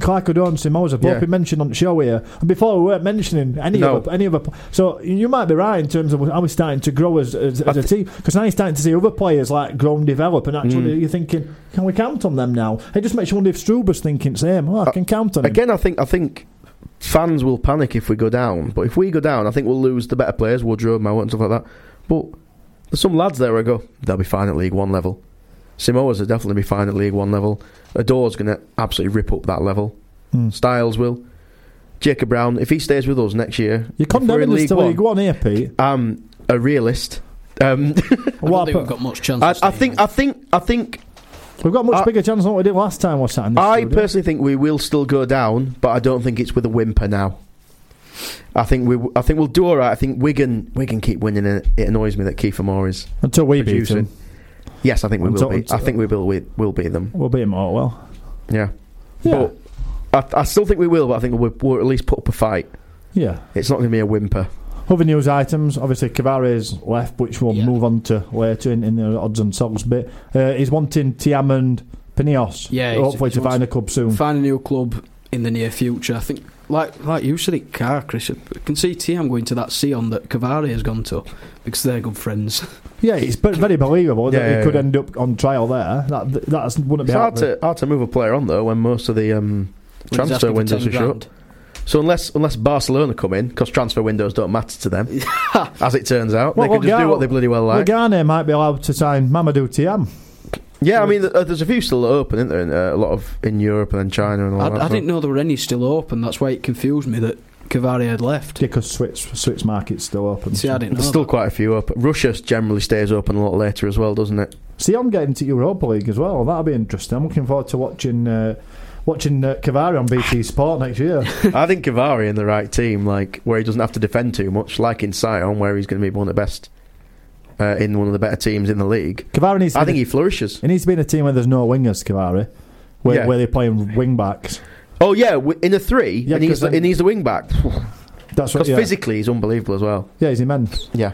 Speaker 6: Clark O'Donnell and Simoes have both
Speaker 8: Yeah.
Speaker 6: been mentioned on the show here. And before we weren't mentioning any
Speaker 8: No.
Speaker 6: other, any other. So you might be right in terms of how we're starting to grow as, as, as a team because now you're starting to see other players like grow and develop, and actually you're thinking, can we count on them now? It just makes you wonder if Struber's thinking same. Oh, I can count on him.
Speaker 8: Again, I think I think fans will panic if we go down. But if we go down, I think we'll lose the better players, Woodrow, Mowat, and stuff like that. But there's some lads there. I go, they'll be fine at League One level. Simoas will definitely be fine at League One level. Adore's going to absolutely rip up that level.
Speaker 6: Hmm.
Speaker 8: Styles will. Jacob Brown, if he stays with us next year,
Speaker 6: You're
Speaker 8: if we're in
Speaker 6: condemning us to League One here, Pete.
Speaker 8: I'm a realist. Um,
Speaker 7: I don't
Speaker 6: What
Speaker 7: think
Speaker 6: happened-
Speaker 7: we've got much chance.
Speaker 8: I,
Speaker 7: of
Speaker 8: I
Speaker 7: staying
Speaker 8: think,
Speaker 7: in.
Speaker 8: I think, I think
Speaker 6: We've got a much
Speaker 8: I-
Speaker 6: bigger chance than what we did last time. We're sat in this
Speaker 8: I
Speaker 6: studio.
Speaker 8: personally think we will still go down, but I don't think it's with a whimper now. I think we, I think we'll do all right. I think Wigan, Wigan keep winning, and it annoys me that Kiefer Moore is
Speaker 6: until we beat
Speaker 8: producing.
Speaker 6: him,
Speaker 8: Yes, I think we
Speaker 6: I'm
Speaker 8: will.
Speaker 6: talking
Speaker 8: Beat, I
Speaker 6: to-
Speaker 8: think we will. We will beat them.
Speaker 6: we'll beat him all well.
Speaker 8: Yeah,
Speaker 6: Yeah.
Speaker 8: but I, I still think we will. But I think we'll, we'll at least put up a fight.
Speaker 6: Yeah.
Speaker 8: It's not going to be a whimper.
Speaker 6: Other news items, obviously Cavare's left, which we'll
Speaker 7: Yeah.
Speaker 6: move on to later in, in the odds and sods bit. Uh, he's wanting Tiam and Pineos,
Speaker 7: Yeah, he's-
Speaker 6: hopefully
Speaker 7: he
Speaker 6: to
Speaker 7: wants-
Speaker 6: find a club soon.
Speaker 7: find a new club in the near future. I think, like like you said, it car, Chris. I can see Tiam going to that Sion that Cavani has gone to because they're good friends.
Speaker 6: Yeah, it's be- very believable that
Speaker 8: Yeah,
Speaker 6: he
Speaker 8: yeah,
Speaker 6: could
Speaker 8: yeah.
Speaker 6: end up on trial there. That that wouldn't
Speaker 8: It's
Speaker 6: be
Speaker 8: hard
Speaker 6: out there.
Speaker 8: to, hard to move a player on though when most of the um,
Speaker 7: When he's asking
Speaker 8: transfer
Speaker 7: for
Speaker 8: windows
Speaker 7: 10
Speaker 8: are shut.
Speaker 7: grand.
Speaker 8: So unless unless Barcelona come in, because transfer windows don't matter to them, as it turns out,
Speaker 6: Well,
Speaker 8: they can
Speaker 6: well,
Speaker 8: just
Speaker 6: Ga-
Speaker 8: do what they bloody well
Speaker 6: Well,
Speaker 8: like.
Speaker 6: Ghana might be allowed to sign Mamadou Tiam.
Speaker 8: yeah, I mean, th- uh, there's a few still open, isn't there? In, uh, a lot of in Europe and then China and all
Speaker 7: I,
Speaker 8: that.
Speaker 7: I
Speaker 8: so-
Speaker 7: didn't know there were any still open. That's why it confused me that Cavani had left.
Speaker 6: Because Swiss Swiss market's still open.
Speaker 7: See, I didn't know.
Speaker 8: There's still
Speaker 7: that.
Speaker 8: quite a few open. Russia generally stays open a lot later as well, doesn't it?
Speaker 6: See, I'm getting to Europa League as well. That'll be interesting. I'm looking forward to watching uh, watching uh, Cavari on BT Sport next year.
Speaker 8: I think Cavari in the right team, like where he doesn't have to defend too much, like in Sion, where he's going to be one of the best uh, in one of the better teams in the league.
Speaker 6: Cavari needs. To
Speaker 8: I
Speaker 6: be
Speaker 8: think he flourishes.
Speaker 6: It needs to be in a team where there's no wingers, Cavari, where,
Speaker 8: Yeah.
Speaker 6: where they're playing wing backs.
Speaker 8: Oh yeah, w- in a three,
Speaker 6: Yeah,
Speaker 8: and he's
Speaker 6: 'cause then-
Speaker 8: and he's the wing back
Speaker 6: That's what.
Speaker 8: because
Speaker 6: Yeah.
Speaker 8: physically he's unbelievable as well.
Speaker 6: yeah, he's immense.
Speaker 8: Yeah,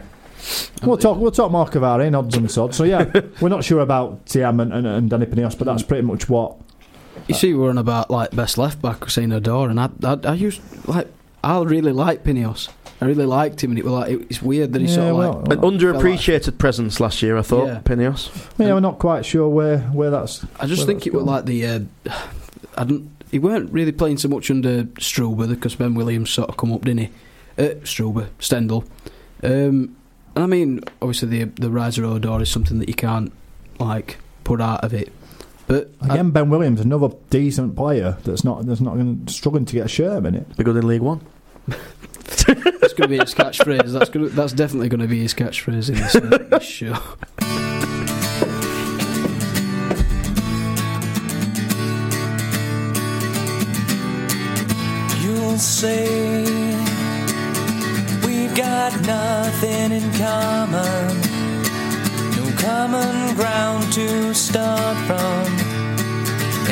Speaker 6: We'll talk. We'll talk more Cavari in odds and sods. So yeah, we're not sure about Tiam and, and, and Danny Pinios, but that's pretty much what.
Speaker 7: You see, we're on about like best left back, Hussein Ador, and I, I, I used like I really like Pineos. I really liked him, and it was like it, it's weird that he's
Speaker 6: Yeah,
Speaker 7: sort of
Speaker 6: well,
Speaker 7: like
Speaker 8: an underappreciated presence last year, I thought.
Speaker 7: Yeah.
Speaker 8: Pineos.
Speaker 6: Yeah, we're not quite sure where where that's.
Speaker 7: I just
Speaker 6: Well,
Speaker 7: think
Speaker 6: that's
Speaker 7: it was
Speaker 6: good.
Speaker 7: like the. Uh, I didn't. He weren't really playing so much under Struber because Ben Williams sort of come up, didn't he? Uh, Struber, Stendel. Um, and I mean, obviously the the rise of Odor is something that you can't like put out of it. But I-
Speaker 6: Again, Ben Williams, another decent player that's not that's not going to struggling to get a share in it.
Speaker 8: Be good in League One.
Speaker 7: that's going to be his catchphrase. That's gonna, that's definitely going to be his catchphrase in this uh, show.
Speaker 5: You'll say we've got nothing in common, no common ground to start from,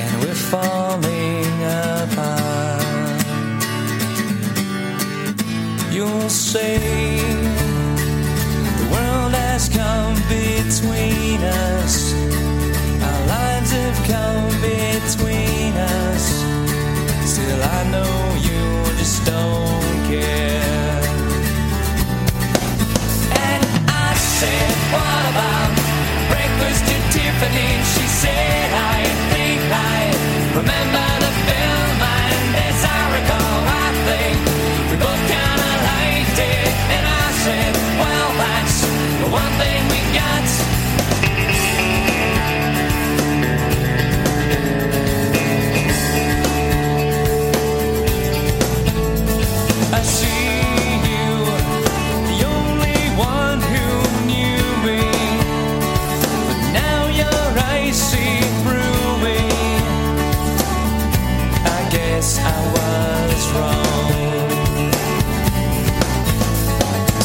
Speaker 5: and we're falling apart. You'll say the world has come between us, our lives have come between us. Still, I know you just don't care. And I said, What about breakfast to Tiffany? And She said, I think I remember the film, and as I recall, I think we both kinda liked it. And I said, Well, that's the one thing we got. I see you, the only one who knew me. But now your eyes see through me. I guess I was wrong.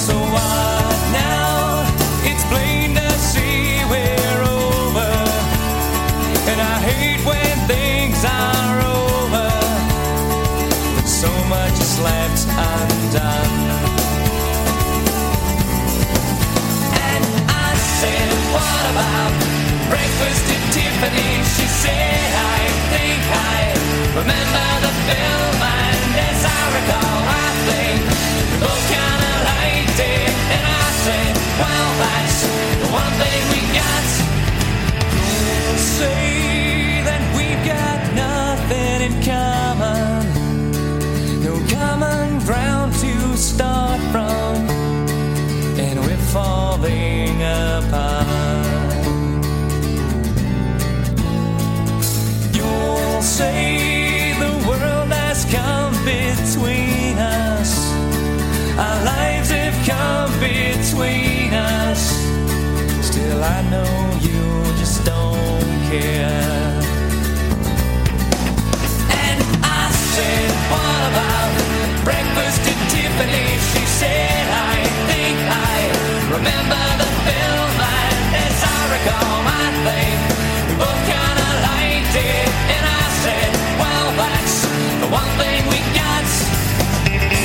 Speaker 5: So what now? It's plain to see we're over. And I hate when things are over so much is left undone. And I said, What about breakfast at Tiffany? She said, I think I remember the film, and as I recall, I think we both kinda liked it. And I said, Well, that's the one thing we got. You'll say that we've got nothing in common no common ground to start from, and we're falling apart. You'll say the world has come between us, our lives have come between us. Still, I know you just don't care. And I said, What about breakfast at Tiffany? She said, I think I remember the film. And as I recall, I think we both kind of liked it. And I said, Well, that's the one thing we got.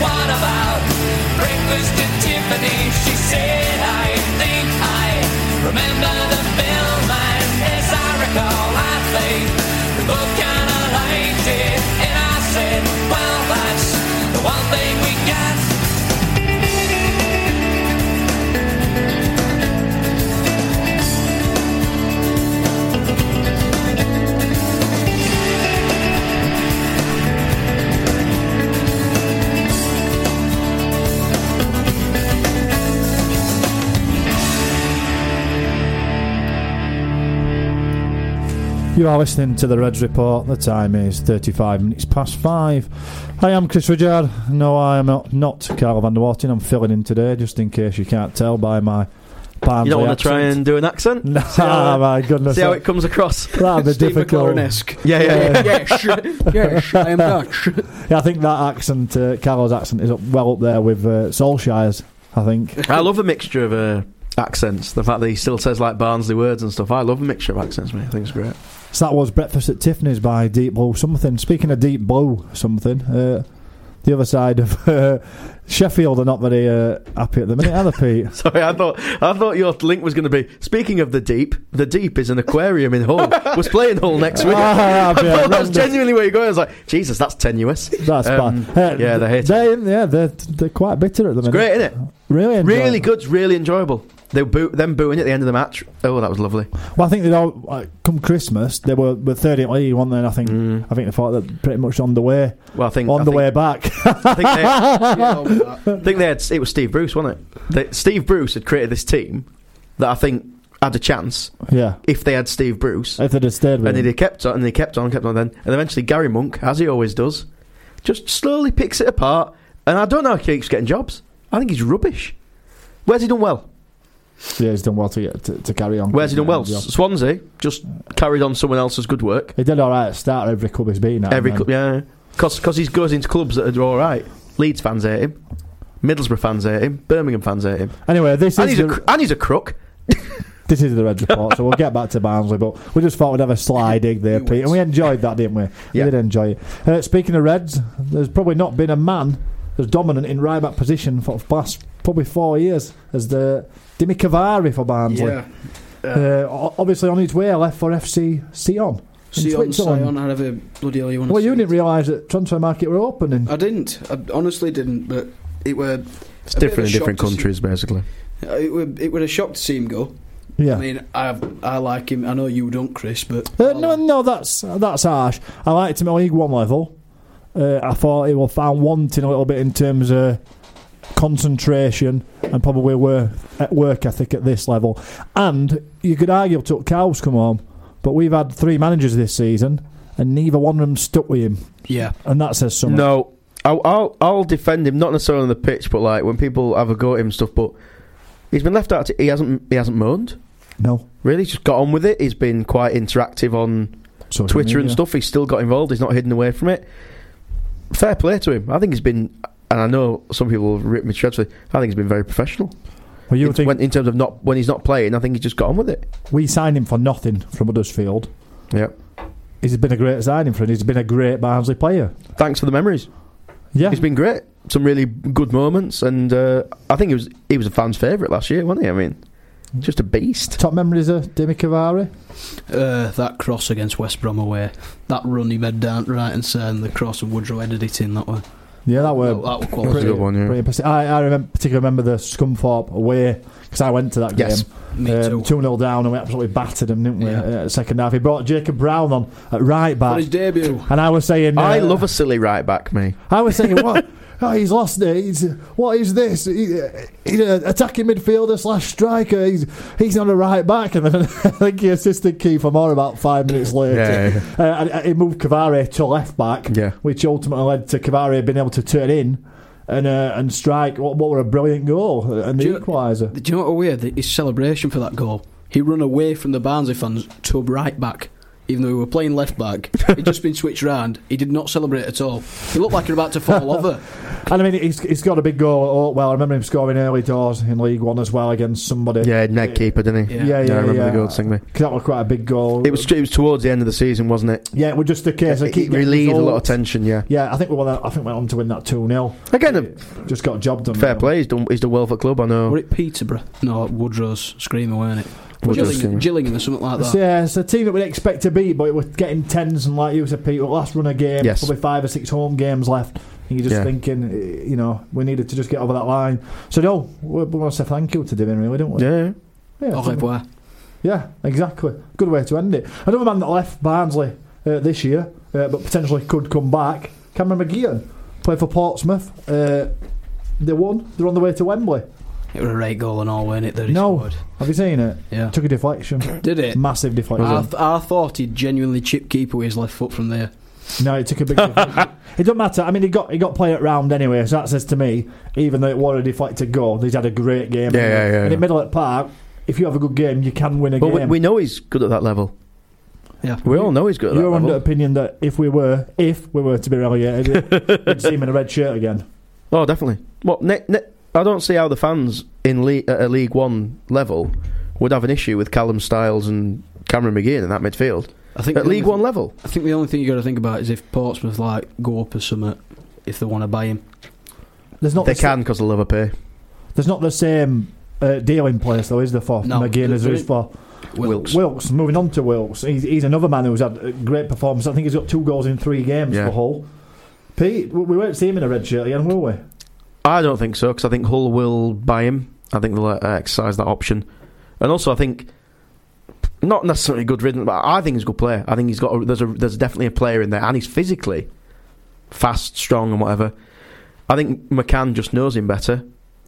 Speaker 10: What about breakfast at Tiffany? She said, I think I remember the film, and as I recall, I think we both kind of liked it. And I said, Well, that's the one thing we got.
Speaker 6: You are listening to the Reds Report. The time is 35 minutes past five. I am Chris Rudyard. No, I am not, not Carl van der Warten. I'm filling in today, just in case you can't tell by my Barnsley
Speaker 8: You don't want to
Speaker 6: accent.
Speaker 8: try and do an accent?
Speaker 6: Nah,
Speaker 8: See how-
Speaker 6: my goodness.
Speaker 8: See how it comes across.
Speaker 6: That'd be
Speaker 7: Steve
Speaker 6: difficult.
Speaker 7: McLaurin-esque.
Speaker 8: Yeah, yeah, yeah.
Speaker 7: Yes, yes, I am Dutch.
Speaker 6: Yeah, I think that accent, uh, Carl's accent, is up, well up there with uh, Solskjaer's, I think.
Speaker 8: I love the mixture of uh, accents. The fact that he still says like Barnsley words and stuff. I love a mixture of accents, mate. I think it's great.
Speaker 6: So that was Breakfast at Tiffany's by Deep Blue Something. Speaking of Deep Blue Something, uh, the other side of uh, Sheffield are not very uh, happy at the minute, are they, Pete?
Speaker 8: Sorry, I thought I thought your link was going to be. Speaking of the deep, the deep is an aquarium in Hull. We're playing Hull next week.
Speaker 6: Ah,
Speaker 8: I
Speaker 6: that'd be
Speaker 8: thought that's
Speaker 6: horrendous.
Speaker 8: genuinely where you're going. I was like, Jesus, that's tenuous.
Speaker 6: That's
Speaker 8: Um,
Speaker 6: bad. Uh,
Speaker 8: yeah, they hate it.
Speaker 6: They, yeah, they're, they're quite bitter at the minute.
Speaker 8: Great, isn't it?
Speaker 6: Really, enjoyable.
Speaker 8: Really good, really enjoyable. They boo them booing at the end of the match. Oh, that was lovely.
Speaker 6: Well, I think they all uh, come Christmas. They were were thirty at lead, weren't they? And I think I think they thought that pretty much on the way
Speaker 8: Well, I Mm. think
Speaker 6: on
Speaker 8: I
Speaker 6: the
Speaker 8: think,
Speaker 6: way back.
Speaker 8: I think they,
Speaker 7: Yeah, I'll do that.
Speaker 8: I think they had it was Steve Bruce, wasn't it? That Steve Bruce had created this team that I think had a chance
Speaker 6: yeah,
Speaker 8: if they had Steve Bruce,
Speaker 6: if they'd have stayed with
Speaker 8: and
Speaker 6: him.
Speaker 8: they kept on and they kept on, kept on. Then and eventually Gary Monk, as he always does, just slowly picks it apart. And I don't know how he keeps getting jobs. I think he's rubbish. Where's he done well?
Speaker 6: yeah, he's done well to get to, to carry on.
Speaker 8: Where's he done well?
Speaker 6: Yeah.
Speaker 8: Swansea just carried on someone else's good work.
Speaker 6: He did all right at the start. Every club he's beaten at.
Speaker 8: Every
Speaker 6: and
Speaker 8: club, yeah, because he goes into clubs that are all right. Leeds fans hate him. Middlesbrough fans hate him. Birmingham fans hate him.
Speaker 6: then- Anyway, this
Speaker 8: And
Speaker 6: is
Speaker 8: he's a
Speaker 6: the,
Speaker 8: cr- and he's a crook.
Speaker 6: this is the Reds report. so we'll get back to Barnsley, but we just thought we'd have a sly dig there, Pete, and we enjoyed that, didn't we?
Speaker 8: Yeah.
Speaker 6: We did enjoy it. Uh, speaking of Reds, there's probably not been a man as dominant in right back position for the past probably four years as the Dimi Cavari for Barnsley.
Speaker 7: Yeah.
Speaker 6: Uh, o- obviously on his way left for FC Sion. in
Speaker 7: See on,
Speaker 6: Switzerland.
Speaker 7: on, however bloody hell you want
Speaker 6: Well,
Speaker 7: to
Speaker 6: you didn't realise that transfer market were open, and
Speaker 7: I didn't. I honestly didn't, but it were
Speaker 8: It's
Speaker 7: A bit of a
Speaker 8: different in different
Speaker 7: shock to see-
Speaker 8: countries, basically.
Speaker 7: it were it were a shock to see him go.
Speaker 6: yeah.
Speaker 7: I mean, I I like him. I know you don't, Chris, but
Speaker 6: Uh, no, no, that's that's harsh. I liked him at League One level. Uh, I thought he was found wanting a little bit in terms of concentration and probably work, work ethic at this level. And you could argue it took Cowles come home, but we've had three managers this season, and neither one of them stuck with him,
Speaker 7: yeah,
Speaker 6: and that says something.
Speaker 8: No, I'll, I'll I'll defend him not necessarily on the pitch, but like when people have a go at him and stuff. But he's been left out. To, he hasn't he hasn't moaned.
Speaker 6: no.
Speaker 8: Really, he's just got on with it. He's been quite interactive on
Speaker 6: Social
Speaker 8: Twitter and
Speaker 6: media.
Speaker 8: stuff. He's still got involved. He's not hidden away from it. Fair play to him. I think he's been, and I know some people have ripped me to shreds for it, I think he's been very professional.
Speaker 6: Well, you
Speaker 8: in,
Speaker 6: would think
Speaker 8: when, in terms of not when he's not playing, I think he's just got on with it.
Speaker 6: we signed him for nothing from Huddersfield.
Speaker 8: Yeah.
Speaker 6: He's been a great signing for him. He's been a great Barnsley player.
Speaker 8: Thanks for the memories.
Speaker 6: Yeah,
Speaker 8: He's been great. Some really good moments, and uh, I think he was he was a fan's favourite last year, wasn't he? I mean, just a beast.
Speaker 6: top memories of Demi Cavari.
Speaker 7: uh, that cross against West Brom away, that run he made down right and centre, and the cross and Woodrow headed it in that way.
Speaker 6: Yeah, that were
Speaker 7: that, that was
Speaker 8: That was a
Speaker 7: quality.
Speaker 8: good one, yeah.
Speaker 6: Pretty impressive. I, I remember, particularly remember the Scunthorpe away because I went to that
Speaker 8: Yes.
Speaker 6: game.
Speaker 7: Me too.
Speaker 6: 2 0 down and we absolutely battered them, didn't we?
Speaker 7: Yeah.
Speaker 6: Uh, second half. He brought Jacob Brown on at right
Speaker 7: For
Speaker 6: back.
Speaker 7: his debut,
Speaker 6: And I was saying,
Speaker 8: I
Speaker 6: uh,
Speaker 8: love a silly right back, me.
Speaker 6: I was saying, what? Oh, he's lost it. He's, what is this? He, uh, he's an attacking midfielder slash striker. He's he's not a right back. And then I think he assisted Kiefer Moore about five minutes later.
Speaker 8: Yeah,
Speaker 6: Uh, and, and he moved Cavare to left back,
Speaker 8: Yeah.
Speaker 6: which ultimately led to Cavare being able to turn in and uh, and strike what, what were a brilliant goal uh, and the
Speaker 7: Do you-
Speaker 6: equaliser.
Speaker 7: do you know what weird? His celebration for that goal, he run away from the Barnsley fans to a right back. even though he were playing left back. He'd just been switched round. He did not celebrate at all. He looked like he was about to fall over.
Speaker 6: And I mean, he's, he's got a big goal. at Oakwell. I remember him scoring early doors in League One as well against somebody.
Speaker 8: Yeah, net keeper, didn't he?
Speaker 7: Yeah.
Speaker 6: yeah, yeah.
Speaker 8: I remember
Speaker 6: yeah.
Speaker 8: the goal Singly.
Speaker 6: 'Cause that was quite a big goal.
Speaker 8: It was it was towards the end of the season, wasn't it?
Speaker 6: yeah, it was just a case. of
Speaker 8: it
Speaker 6: keep
Speaker 8: relieved a lot of tension. Yeah.
Speaker 6: Yeah, I think we won. that- I think we went on to win that two 0
Speaker 8: Again, a
Speaker 6: Just got job done.
Speaker 8: fair
Speaker 6: really.
Speaker 8: play. He's done. He's done well for the club. I know.
Speaker 7: Were it Peterborough? No, Woodrow's screaming, weren't it?
Speaker 8: Woodrow's
Speaker 7: Gillingham,
Speaker 8: screaming.
Speaker 7: Gillingham or something like
Speaker 6: It's,
Speaker 7: that.
Speaker 6: yeah, it's a team that we'd expect to beat, but it was getting tens and like you said, Pete, last run of game,
Speaker 8: Yes.
Speaker 6: probably five or six home games left. And you're just
Speaker 8: Yeah.
Speaker 6: thinking, eh, you know, we needed to just get over that line. So no, we, we want to say thank you to Divin, really, don't we?
Speaker 8: Yeah.
Speaker 6: Yeah,
Speaker 7: Au
Speaker 6: I think-
Speaker 7: revoir.
Speaker 6: yeah, exactly. Good way to end it. Another man that left Barnsley uh, this year, uh, but potentially could come back. Cameron McGeehan played for Portsmouth. Uh, they won. They're on the way to Wembley.
Speaker 7: It was a right goal and all, weren't it? That he
Speaker 6: No,
Speaker 7: scored?
Speaker 6: have you seen it?
Speaker 7: Yeah.
Speaker 6: Took a deflection,
Speaker 7: Did it?
Speaker 6: massive deflection.
Speaker 7: I, th- I thought he'd genuinely chip keep away his left foot from there.
Speaker 6: No, it took a big. deflection. it doesn't matter. I mean, he got he got play at round anyway, so that says to me, even though it was a deflected goal, he's had a great game.
Speaker 8: Yeah,
Speaker 6: anyway.
Speaker 8: yeah, yeah,
Speaker 6: And
Speaker 8: yeah.
Speaker 6: in middle at park, if you have a good game, you can win a
Speaker 8: But we,
Speaker 6: game.
Speaker 8: we know he's good at that level.
Speaker 7: Yeah.
Speaker 8: We all know he's good at that
Speaker 6: You're under
Speaker 8: level.
Speaker 6: opinion that if we were if we were to be relegated, we'd see him in a red shirt again.
Speaker 8: Oh, definitely. What? Ne- ne- I don't see how the fans in Le- at a League One level would have an issue with Callum Stiles and Cameron McGinn in that midfield
Speaker 7: I think
Speaker 8: at
Speaker 7: the
Speaker 8: League
Speaker 7: only-
Speaker 8: One level.
Speaker 7: I think the only thing you got to think about is if Portsmouth like go up or something, if they want to buy him.
Speaker 6: There's not
Speaker 8: They
Speaker 6: the,
Speaker 8: can because they love a pay.
Speaker 6: There's not the same uh, deal in place though, is there for
Speaker 7: No,
Speaker 6: McGinn as there is
Speaker 7: there-
Speaker 6: for
Speaker 8: Wilkes.
Speaker 6: Wilkes. Moving on to Wilkes, he's, he's another man who's had a great performance. I think he's got two goals in three games
Speaker 8: Yeah.
Speaker 6: for Hull. Pete, we we won't see him in a red shirt again, will we?
Speaker 8: I don't think so because I think Hull will buy him. I think they'll uh, exercise that option, and also I think not necessarily good riddance, but I think he's a good player. I think he's got a, there's a there's definitely a player in there, and he's physically fast, strong, and whatever. I think McCann just knows him better.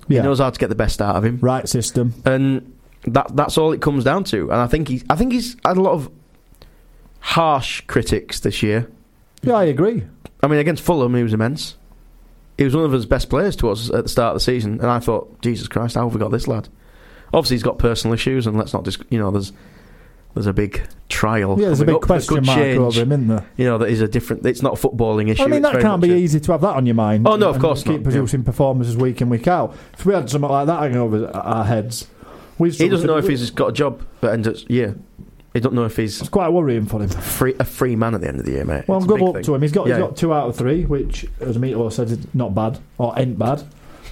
Speaker 8: He knows how to get the best out of him,
Speaker 6: Right system.
Speaker 8: and that that's all it comes down to. And I think he's I think he's had a lot of harsh critics this year.
Speaker 6: Yeah, I agree.
Speaker 8: I mean, against Fulham, he was immense. He was one of his best players to us at the start of the season, and I thought, Jesus Christ, how have we got this lad? Obviously, he's got personal issues, and let's not just, you know, there's there's a big trial.
Speaker 6: Yeah, there's a
Speaker 8: coming
Speaker 6: big
Speaker 8: up.
Speaker 6: question
Speaker 8: good
Speaker 6: mark
Speaker 8: change,
Speaker 6: over him, isn't there?
Speaker 8: You know, that is a different. It's not a footballing issue.
Speaker 6: I mean,
Speaker 8: it's
Speaker 6: that
Speaker 8: very
Speaker 6: can't
Speaker 8: much
Speaker 6: be
Speaker 8: a-
Speaker 6: easy to have that on your mind.
Speaker 8: Oh, no, of
Speaker 6: and
Speaker 8: course
Speaker 6: keep
Speaker 8: not,
Speaker 6: producing performances week in week out. If we had something like that hanging over our heads, we
Speaker 8: He doesn't know if he's got a job at the end of yeah. He don't know if he's
Speaker 6: It's quite worrying for him.
Speaker 8: free a free man at the end of the year, mate.
Speaker 6: Well,
Speaker 8: It's a
Speaker 6: good
Speaker 8: big
Speaker 6: luck
Speaker 8: thing.
Speaker 6: to him. He's got
Speaker 8: Yeah.
Speaker 6: he's got two out of three, which, as Meatloaf said, is not bad or ain't bad.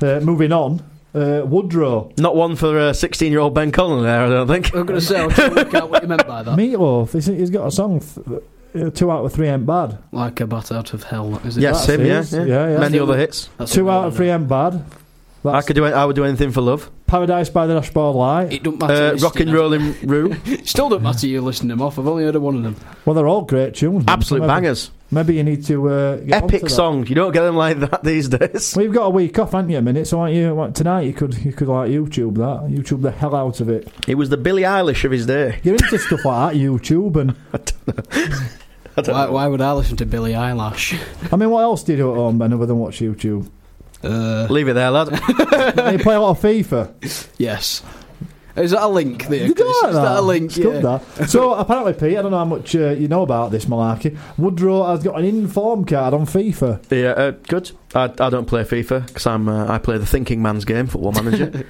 Speaker 6: Uh, moving on, uh, Woodrow.
Speaker 8: Not one for sixteen-year-old Ben Cullen there, I don't think.
Speaker 7: I was going to say, I was trying to work out what you meant by that.
Speaker 6: Meatloaf, he's, he's got a song. Th- uh, two out of three ain't bad.
Speaker 7: Like a bat out of hell. Is it?
Speaker 8: Yes,
Speaker 6: That's
Speaker 8: him. Yeah,
Speaker 6: his.
Speaker 8: yeah.
Speaker 6: Yeah, yeah.
Speaker 8: Many
Speaker 7: That's
Speaker 8: other
Speaker 7: him.
Speaker 8: hits.
Speaker 7: That's
Speaker 6: two
Speaker 7: what
Speaker 6: out
Speaker 7: I
Speaker 6: of three
Speaker 7: know.
Speaker 6: ain't bad.
Speaker 8: I
Speaker 6: That's
Speaker 8: could do. I would do anything for love.
Speaker 6: Paradise by the Dashboard Light.
Speaker 7: It don't matter.
Speaker 8: Uh,
Speaker 7: it's-
Speaker 8: rock and rolling Roo.
Speaker 7: Still don't matter. You listen to them off. I've only heard of one of them.
Speaker 6: Well, they're all great tunes.
Speaker 8: Absolute
Speaker 6: Maybe-
Speaker 8: bangers.
Speaker 6: Maybe you need to uh, get onto
Speaker 8: Epic
Speaker 6: that.
Speaker 8: songs. You don't get them like that these days.
Speaker 6: Well, you've got a week off, haven't you? A minute, so aren't you? What, tonight you could you could like YouTube that, YouTube the hell out of it.
Speaker 8: It was the Billie Eilish of his day.
Speaker 6: You're into stuff like that, YouTube, and
Speaker 7: Why, why would I listen to Billy Eyelash?
Speaker 6: I mean, what else do you do at home, Ben, other than watch YouTube?
Speaker 7: Uh,
Speaker 8: Leave it there, lad.
Speaker 6: you play a lot of FIFA.
Speaker 7: yes. Is that a link there?
Speaker 6: You
Speaker 7: Chris?
Speaker 6: don't like
Speaker 7: Is that a link?
Speaker 6: It's good, that. So apparently, Pete, I don't know how much uh, you know about this malarkey. Woodrow has got an inform card on FIFA.
Speaker 8: yeah, uh, good. I, I don't play FIFA because I'm uh, I play the thinking man's game, Football Manager.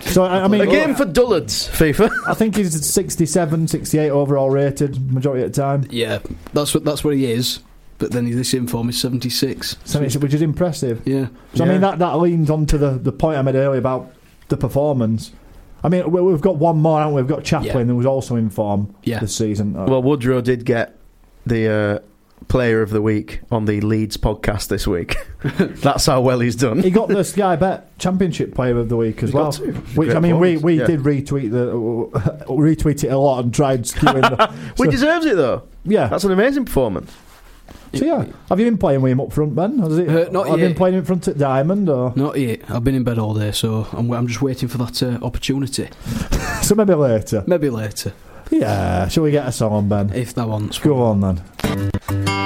Speaker 6: So I, I mean,
Speaker 8: a game for dullards. FIFA.
Speaker 6: I think he's 67, 68 overall rated majority of the time.
Speaker 7: Yeah, that's what that's what he is. But then this inform is seventy six.
Speaker 6: So it's- which is impressive.
Speaker 7: Yeah,
Speaker 6: So I
Speaker 8: Yeah.
Speaker 6: mean that that leans onto the the point I made earlier about the performance. I mean we, we've got one more, haven't we? We've got Chaplin
Speaker 7: Yeah.
Speaker 6: who was also in form
Speaker 7: Yeah.
Speaker 6: this season. Uh,
Speaker 8: Well, Woodrow did get the uh, Player of the Week on the Leeds podcast this week. That's how well he's done.
Speaker 6: he got the Sky Bet Championship Player of the Week as
Speaker 8: He
Speaker 6: well,
Speaker 8: got two.
Speaker 6: which
Speaker 8: Great
Speaker 6: I mean we,
Speaker 8: performance,
Speaker 6: we
Speaker 8: yeah.
Speaker 6: did retweet the retweet it a lot and tried skewing. the,
Speaker 8: He
Speaker 6: so-
Speaker 8: deserves it though.
Speaker 6: yeah,
Speaker 8: That's an amazing performance.
Speaker 6: so yeah. Have you been playing with him up front, Ben? Has it,
Speaker 7: Uh, not
Speaker 6: have you been
Speaker 7: yet.
Speaker 6: playing in front at Diamond or
Speaker 7: not yet. I've been in bed all day, so I'm, I'm just waiting for that uh, opportunity.
Speaker 6: so maybe later?
Speaker 7: Maybe later,
Speaker 6: Yeah, shall we get a song on, Ben?
Speaker 7: if that wants.
Speaker 6: Go on then.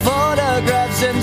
Speaker 11: photographs and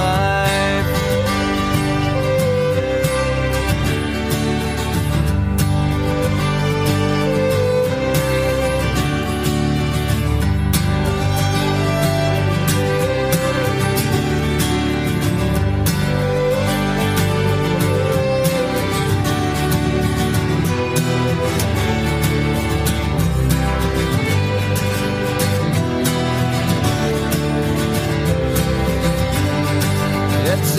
Speaker 11: life. It's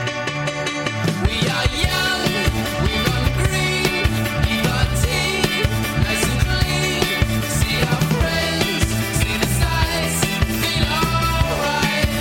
Speaker 10: We are young, we run green, leave our teeth nice and clean. See our friends, see the sights, feel alright.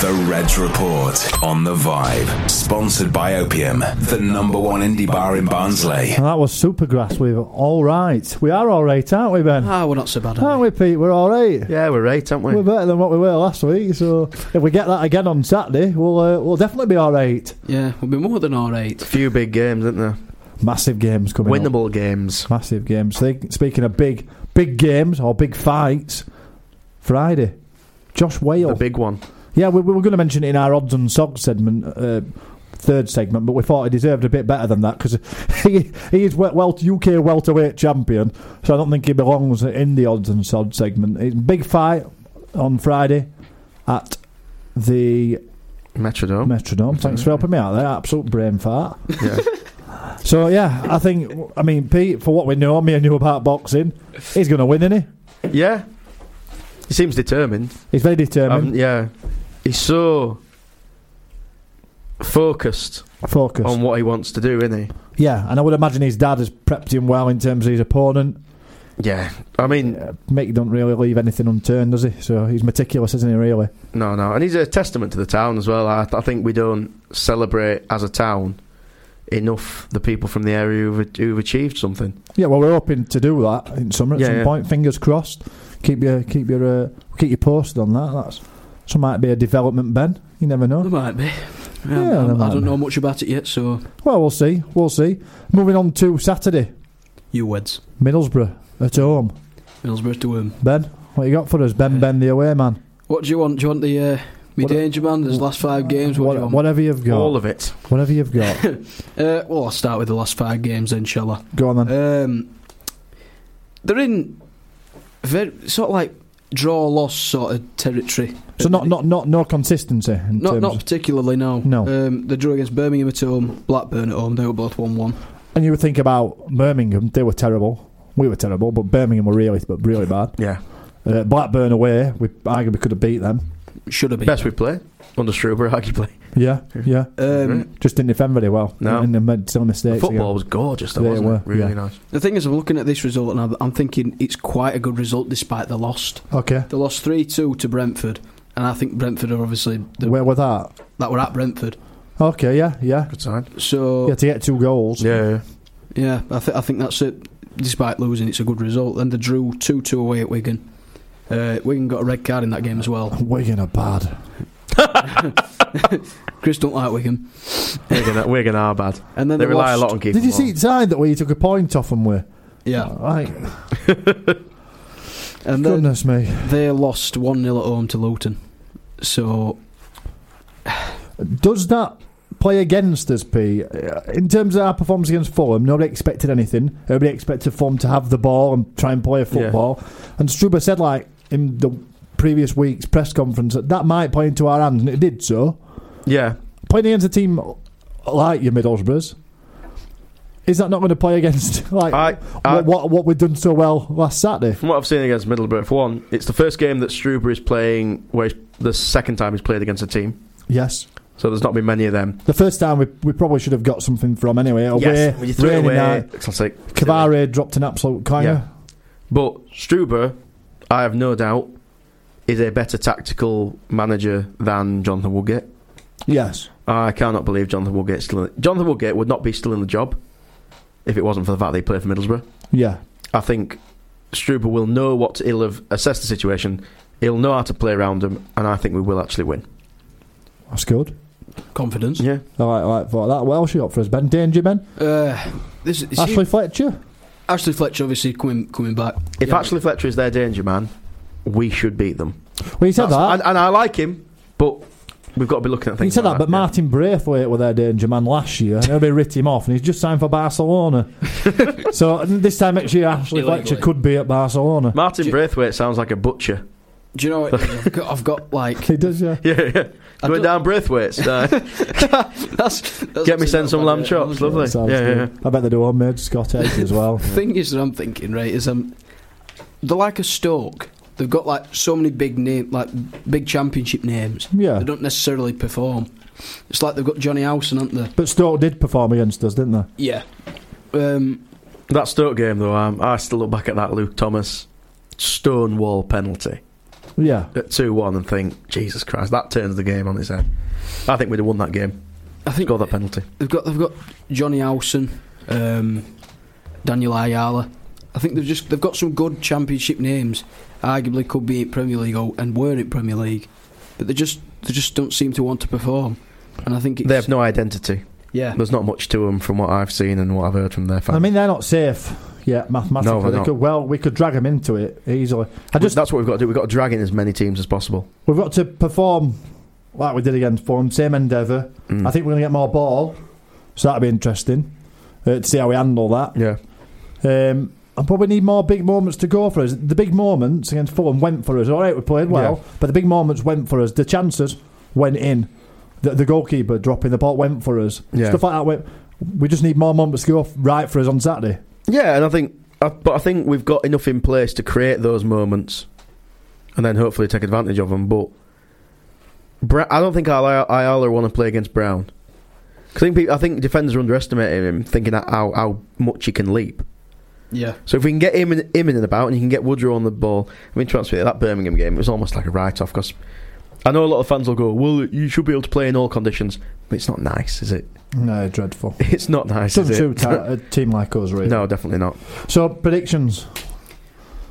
Speaker 9: The Reds Report on the Vibe. Sponsored by Opium, the number one indie bar in Barnsley.
Speaker 6: And that was Supergrass with All Right. We are all right, aren't we, Ben?
Speaker 7: Ah, we're not so bad.
Speaker 6: Aren't we, Pete? We're all right.
Speaker 8: Yeah, we're right, aren't we?
Speaker 6: We're better than what we were last week. So if we get that again on Saturday, we'll uh, we'll definitely be all right.
Speaker 7: Yeah, we'll be more than all right.
Speaker 8: Few big games, isn't there?
Speaker 6: Massive games coming. up.
Speaker 8: Winnable games.
Speaker 6: Massive games. They, speaking of big big games or big fights, Friday, Josh Whale.
Speaker 8: The big one.
Speaker 6: Yeah, we, we were going to mention it in our odds and sogs segment, uh, third segment, but we thought he deserved a bit better than that because he, he is wel- wel- UK welterweight champion, so I don't think he belongs in the odds and sods segment. It's a big fight on Friday at the
Speaker 8: Metrodome.
Speaker 6: Metrodome. Thanks for helping me out there. Absolute brain fart.
Speaker 8: yeah.
Speaker 6: So yeah, I think I mean Pete, for what we know, me and you about boxing, he's going to win, isn't he?
Speaker 8: Yeah. He seems determined.
Speaker 6: He's very determined.
Speaker 8: Um, yeah. He's so focused
Speaker 6: focused.
Speaker 5: um,
Speaker 8: on what he wants to do, isn't he?
Speaker 6: yeah, and I would imagine his dad has prepped him well in terms of his opponent.
Speaker 8: Yeah. I mean,
Speaker 6: Uh, Mick don't really leave anything unturned, does he? So he's meticulous, isn't he? Really?
Speaker 8: No, no, and he's a testament to the town as well. I, I think we don't celebrate as a town enough the people from the area who've, who've achieved something.
Speaker 6: Yeah. Well, we're hoping to do that in summer at
Speaker 8: Yeah,
Speaker 6: some
Speaker 8: yeah.
Speaker 6: point. Fingers crossed. Keep your keep your uh, keep you posted on that. That's so might be a development, Ben. You never know.
Speaker 7: There might be.
Speaker 6: Yeah,
Speaker 7: Um,
Speaker 6: there
Speaker 7: I- I
Speaker 6: might
Speaker 7: don't
Speaker 6: be.
Speaker 7: know much about it yet, so
Speaker 6: Well, we'll see. We'll see. Moving on to Saturday,
Speaker 7: you weds.
Speaker 6: Middlesbrough at home.
Speaker 7: Middlesbrough to him.
Speaker 6: Ben, what you got for us?
Speaker 8: Uh,
Speaker 6: Ben, Ben, the away man.
Speaker 7: What do you want? Do you want the uh, me
Speaker 6: What-
Speaker 7: danger man? There's last five games. What, do you
Speaker 6: What-
Speaker 7: want?
Speaker 6: whatever you've got.
Speaker 8: All of it.
Speaker 6: Whatever you've got.
Speaker 7: Uh, well, I'll start with the last five games then, shall I?
Speaker 6: Go on then.
Speaker 8: Uh,
Speaker 7: Um, they're in very, sort of like draw loss sort of territory. Uh,
Speaker 6: so not not not no consistency. In
Speaker 7: Not
Speaker 6: terms
Speaker 7: not
Speaker 6: of-
Speaker 7: particularly no.
Speaker 6: No.
Speaker 7: Um, they drew against Birmingham at home, Blackburn at home. They were both one one.
Speaker 6: and you would think about Birmingham. They were terrible. We were terrible, but Birmingham were really but really bad.
Speaker 8: Yeah.
Speaker 6: Uh, Blackburn away, we arguably could have beat them.
Speaker 7: Should have been.
Speaker 8: Best we play under Struber, arguably.
Speaker 6: Yeah, yeah.
Speaker 7: Um,
Speaker 6: Just didn't defend very well.
Speaker 8: No.
Speaker 6: and they made some mistakes.
Speaker 8: Football
Speaker 6: again.
Speaker 8: was gorgeous, though,
Speaker 6: They
Speaker 8: wasn't
Speaker 6: were,
Speaker 8: it? Really
Speaker 6: yeah.
Speaker 8: nice.
Speaker 7: the thing is, I'm looking at this result and I'm- I'm thinking it's quite a good result despite the lost.
Speaker 6: Okay.
Speaker 7: They lost three two to Brentford, and I think Brentford are obviously the,
Speaker 6: Where were that?
Speaker 7: that were at Brentford.
Speaker 6: Okay, yeah, yeah.
Speaker 8: Good sign.
Speaker 7: So
Speaker 6: Yeah, to get two goals.
Speaker 8: Yeah.
Speaker 7: Yeah, I, th- I think that's it. Despite losing, it's a good result. Then they drew 2 2 away at Wigan. Uh, Wigan got a red card in that game as well.
Speaker 6: Wigan are bad.
Speaker 7: Chris don't like Wigan.
Speaker 8: Wigan, Wigan are bad.
Speaker 7: And then
Speaker 8: They
Speaker 7: they,
Speaker 8: rely a
Speaker 7: lost-
Speaker 8: lot on keeping
Speaker 6: Did you
Speaker 8: ball.
Speaker 6: see it signed that way? You took a point off them with.
Speaker 7: Yeah.
Speaker 6: Right.
Speaker 7: And then
Speaker 6: Goodness me.
Speaker 7: they lost 1 0 at home to Luton. So,
Speaker 6: Does that play against us, P? Uh, In terms of our performance against Fulham, nobody expected anything. Everybody expected Fulham to have the ball and try and play football. And Struber said, like, in the previous week's press conference, that that might play into our hands, and it did so.
Speaker 8: Yeah.
Speaker 6: Playing against a team like your Middlesbroughs, is that not going to play against, like,
Speaker 8: I- I-
Speaker 6: what, what, what we've done so well last Saturday?
Speaker 8: From what I've seen against Middlesbrough, for one, it's the first game that Struber is playing where he's, the second time he's played against a team.
Speaker 6: Yes.
Speaker 8: So there's not been many of them.
Speaker 6: The first time we, we probably should have got something from anyway. Away,
Speaker 8: yes. When you threw it
Speaker 6: rainy
Speaker 8: away,
Speaker 6: night.
Speaker 8: classic.
Speaker 6: Cavare dropped an absolute clanger.
Speaker 8: Yeah. But Struber, I have no doubt, is a better tactical manager than Jonathan Woodgate.
Speaker 6: Yes.
Speaker 8: I cannot believe Jonathan Woodgate still. In, Jonathan Woodgate would not be still in the job if it wasn't for the fact that he played for Middlesbrough.
Speaker 6: Yeah.
Speaker 8: I think Struber will know what to, he'll have assessed the situation. He'll know how to play around him, and I think we will actually win.
Speaker 6: That's good.
Speaker 7: confidence.
Speaker 8: Yeah,
Speaker 6: All right, all right. For that, what else you got for us, Ben? Danger, Ben?
Speaker 7: Uh, this is
Speaker 6: Ashley
Speaker 7: Ashley,
Speaker 6: Fletcher?
Speaker 7: Ashley Fletcher, obviously, coming, coming back.
Speaker 8: if
Speaker 7: Yeah.
Speaker 8: Ashley Fletcher is their danger man, we should beat them.
Speaker 6: Well, you said
Speaker 8: That's-
Speaker 6: that.
Speaker 8: and, and I like him, but we've got to be looking at
Speaker 6: You
Speaker 8: things.
Speaker 6: said
Speaker 8: like
Speaker 6: that, but
Speaker 8: yeah.
Speaker 6: Martin Braithwaite were their danger man last year, and everybody writ him off, and he's just signed for Barcelona. so and this time next year, Ashley
Speaker 7: Illegally.
Speaker 6: Fletcher could be at Barcelona.
Speaker 8: Martin
Speaker 7: Ju-
Speaker 8: Braithwaite sounds like a butcher.
Speaker 7: Do you know what? I've got, I've got like.
Speaker 6: He does, yeah.
Speaker 8: Yeah, yeah.
Speaker 7: I don't-
Speaker 8: Going down Braithwaite's. Uh,
Speaker 7: That's, that's
Speaker 8: get me sent some lamb chops. Lovely.
Speaker 6: That sounds
Speaker 8: Yeah, yeah, yeah.
Speaker 6: good. I bet they do homemade Scott eggs as well.
Speaker 7: thing is that I'm thinking, right, is um, they're like a Stoke. They've got like so many big name, like big championship names.
Speaker 6: Yeah.
Speaker 7: They don't necessarily perform. It's like they've got Johnny Howson, haven't they?
Speaker 6: But Stoke did perform against us, didn't they?
Speaker 7: Yeah. Um,
Speaker 8: That Stoke game, though, um, I still look back at that Luke Thomas stonewall penalty.
Speaker 6: Yeah.
Speaker 8: at 2 1 and think, Jesus Christ, that turns the game on its head. I think we'd have won that game.
Speaker 7: I think
Speaker 8: Score that penalty.
Speaker 7: They've got they've got Johnny Howson, um, Daniel Ayala. I think they've just they've got some good championship names. Arguably could be at Premier League or, and were at Premier League, but they just they just don't seem to want to perform. And I think it's,
Speaker 8: They have no identity.
Speaker 7: Yeah.
Speaker 8: There's not much to them from what I've seen and what I've heard from their fans.
Speaker 6: I mean, they're not safe yet mathematically.
Speaker 8: No, they're
Speaker 6: they
Speaker 8: not.
Speaker 6: could, well, we could drag them into it easily. I
Speaker 8: I
Speaker 6: just
Speaker 8: that's what we've got to do. We've got to drag in as many teams as possible.
Speaker 6: we've got to perform like we did against Fulham, same endeavour.
Speaker 8: Mm.
Speaker 6: I think we're going to get more ball, so that'll be interesting uh, to see how we handle that.
Speaker 8: Yeah.
Speaker 6: Um, and probably need more big moments to go for us. The big moments against Fulham went for us. All right, we played well,
Speaker 8: Yeah.
Speaker 6: but the big moments went for us. The chances went in. The, the goalkeeper dropping the ball went for us.
Speaker 8: Yeah.
Speaker 6: Stuff like that went. We just need more moments to go f- right for us on Saturday.
Speaker 8: Yeah, and I think, I, but I think we've got enough in place to create those moments, and then hopefully take advantage of them. But Bra- I don't think Ayala, Ayala want to play against Brown. 'Cause I think people, I think defenders are underestimating him, thinking that how how much he can leap.
Speaker 7: yeah.
Speaker 8: So if we can get him in, him in and about, and you can get Woodrow on the ball, I mean, to be honest with you, that Birmingham game it was almost like a write-off because I know a lot of fans will go, "Well, you should be able to play in all conditions," but it's not nice, is it?
Speaker 6: No, dreadful.
Speaker 8: It's not nice.
Speaker 6: Doesn't
Speaker 8: is it?
Speaker 6: suit a, a team like us, really.
Speaker 8: no, definitely not.
Speaker 6: So predictions.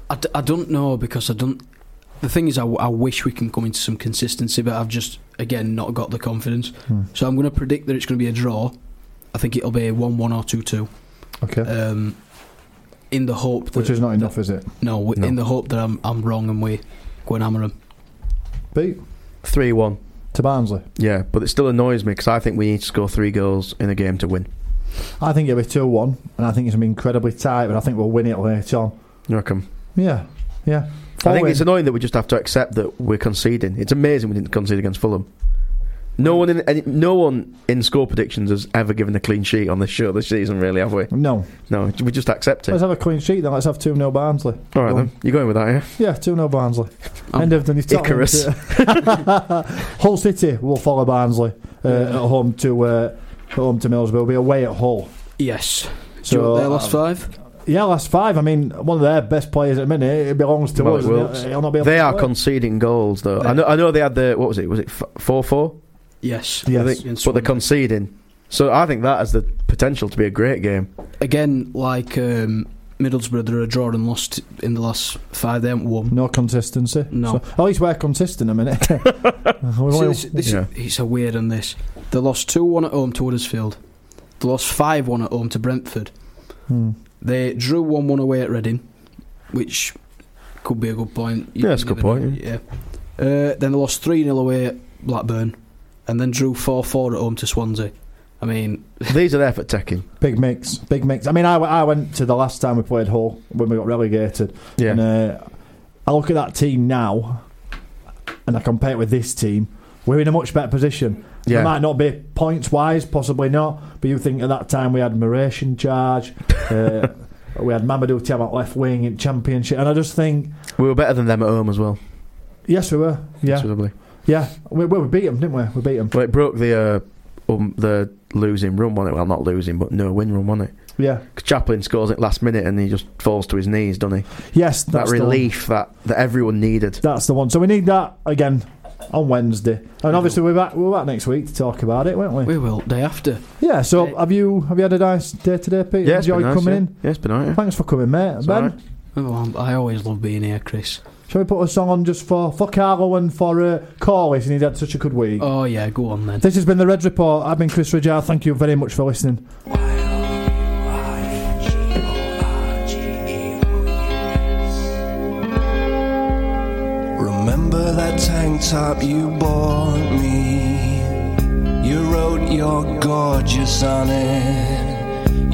Speaker 7: I, d- I don't know because I don't. The thing is, I, w- I wish we can come into some consistency, but I've just again not got the confidence.
Speaker 6: Hmm.
Speaker 7: So I'm going to predict that it's going to be a draw. I think it'll be one-one or two-two.
Speaker 6: Okay.
Speaker 8: Uh,
Speaker 7: Um, in the hope that
Speaker 6: Which is not enough, is it?
Speaker 7: no, w
Speaker 8: No.
Speaker 7: in the hope that I'm I'm wrong and we go and hammer 'em.
Speaker 6: Beat
Speaker 8: Three-one.
Speaker 6: to Barnsley.
Speaker 8: Yeah, but it still annoys me because I think we need to score three goals in a game to win.
Speaker 6: I think it'll be two one, and I think it's gonna be incredibly tight, but I think we'll win it later on.
Speaker 8: You reckon?
Speaker 6: Yeah, yeah.
Speaker 8: I think
Speaker 6: Following-
Speaker 8: it's annoying that we just have to accept that we're conceding. It's amazing we didn't concede against Fulham. No one in any, no one in score predictions has ever given a clean sheet on this show this season, really, have we?
Speaker 6: no.
Speaker 8: No, we just accept
Speaker 6: Let's
Speaker 8: it.
Speaker 6: have a clean sheet then. Let's have two 0 Barnsley.
Speaker 8: All right then, you're going with that, yeah?
Speaker 6: Yeah, two 0 Barnsley.
Speaker 7: Um,
Speaker 6: End of the new
Speaker 8: Icarus.
Speaker 6: Hull City will follow Barnsley uh, at home to uh, at home to Middlesbrough. We'll be away at Hull.
Speaker 7: Yes. So, Do you
Speaker 6: So
Speaker 7: want their last
Speaker 6: um,
Speaker 8: uh,
Speaker 7: five?
Speaker 6: yeah, last five. I mean, one of their best players at the minute. It belongs to
Speaker 8: Well,
Speaker 6: us.
Speaker 8: it
Speaker 6: and
Speaker 8: will.
Speaker 6: he'll- he'll not be able
Speaker 8: They
Speaker 6: to
Speaker 8: are
Speaker 6: play.
Speaker 8: conceding goals though. I know, I know they had the what was it? Was it four four?
Speaker 7: Yes.
Speaker 6: Yes.
Speaker 8: But they're conceding, so I think that has the potential to be a great game.
Speaker 7: Again, like um, Middlesbrough, they're a draw and lost in the last five. They haven't won.
Speaker 6: No consistency.
Speaker 7: No.
Speaker 6: So, at least we're consistent a minute. We've only-
Speaker 7: See, this, this,
Speaker 8: Yeah.
Speaker 7: It's a weird on this. They lost 2 1 at home to Huddersfield. They lost 5 1 at home to Brentford.
Speaker 6: Hmm.
Speaker 7: They drew 1 1 away at Reading, which could be a good point.
Speaker 8: Yeah, it's a
Speaker 7: never
Speaker 8: good point,
Speaker 7: know, Yeah. Uh, then they lost 3 0 away at Blackburn and then drew 4 4 at home to Swansea. I mean,
Speaker 8: These are there for taking.
Speaker 6: Big mix, big mix. I mean, I, w- I went to the last time we played Hull when we got relegated.
Speaker 8: Yeah.
Speaker 6: And uh, I look at that team now, and I compare it with this team. We're in a much better position.
Speaker 8: Yeah.
Speaker 6: It might not be points wise, possibly not. But you think at that time we had Moraes in charge, uh, we had Mamadou Thiam at left wing in Championship, and I just think,
Speaker 8: We were better than them at home as well.
Speaker 6: yes, we were. Yeah,
Speaker 8: considerably.
Speaker 6: yeah. We, we beat them, didn't we? We beat them.
Speaker 8: Well, it broke the uh, um, the losing run, wasn't it? Well, not losing, but no win run, wasn't it?
Speaker 6: Yeah.
Speaker 8: 'Cause Chaplin scores it last minute and he just falls to his knees, doesn't he?
Speaker 6: Yes.
Speaker 8: That
Speaker 6: That's the one.
Speaker 8: relief that, that everyone needed.
Speaker 6: That's the one. So we need that again on Wednesday, and obviously we're back. We're back next week to talk about it, won't we?
Speaker 7: we will day after.
Speaker 6: Yeah. So have you have you had a nice day today, Pete?
Speaker 8: Yeah, it's
Speaker 6: Enjoyed
Speaker 8: been nice,
Speaker 6: coming
Speaker 8: yeah.
Speaker 6: in.
Speaker 8: Yeah, it's been all right. yeah.
Speaker 6: Thanks for coming, mate.
Speaker 8: It's
Speaker 6: ben,
Speaker 8: alright.
Speaker 7: Oh, I'm- I always love being here, Chris.
Speaker 6: shall we put a song on just for for Carlo and for uh, Corley, since he's had such a good week.
Speaker 7: Oh, yeah, go on then.
Speaker 6: This has been the Red Report. I've been Chris Ridgard. Thank you very much for listening.
Speaker 5: Remember that tank top you bought me? You wrote your gorgeous on it.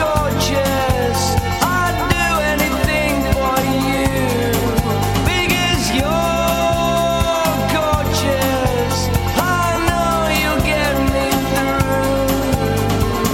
Speaker 5: gorgeous, I'd do anything for you. Because you're gorgeous, I know you'll get me through.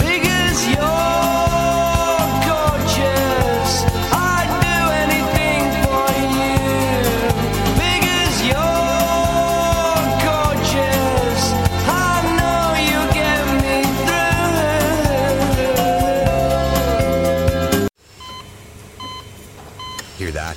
Speaker 5: Because you're gorgeous, I'd do anything for you. Because you're gorgeous, I know you'll get me through.
Speaker 12: Hear that?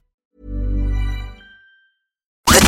Speaker 13: The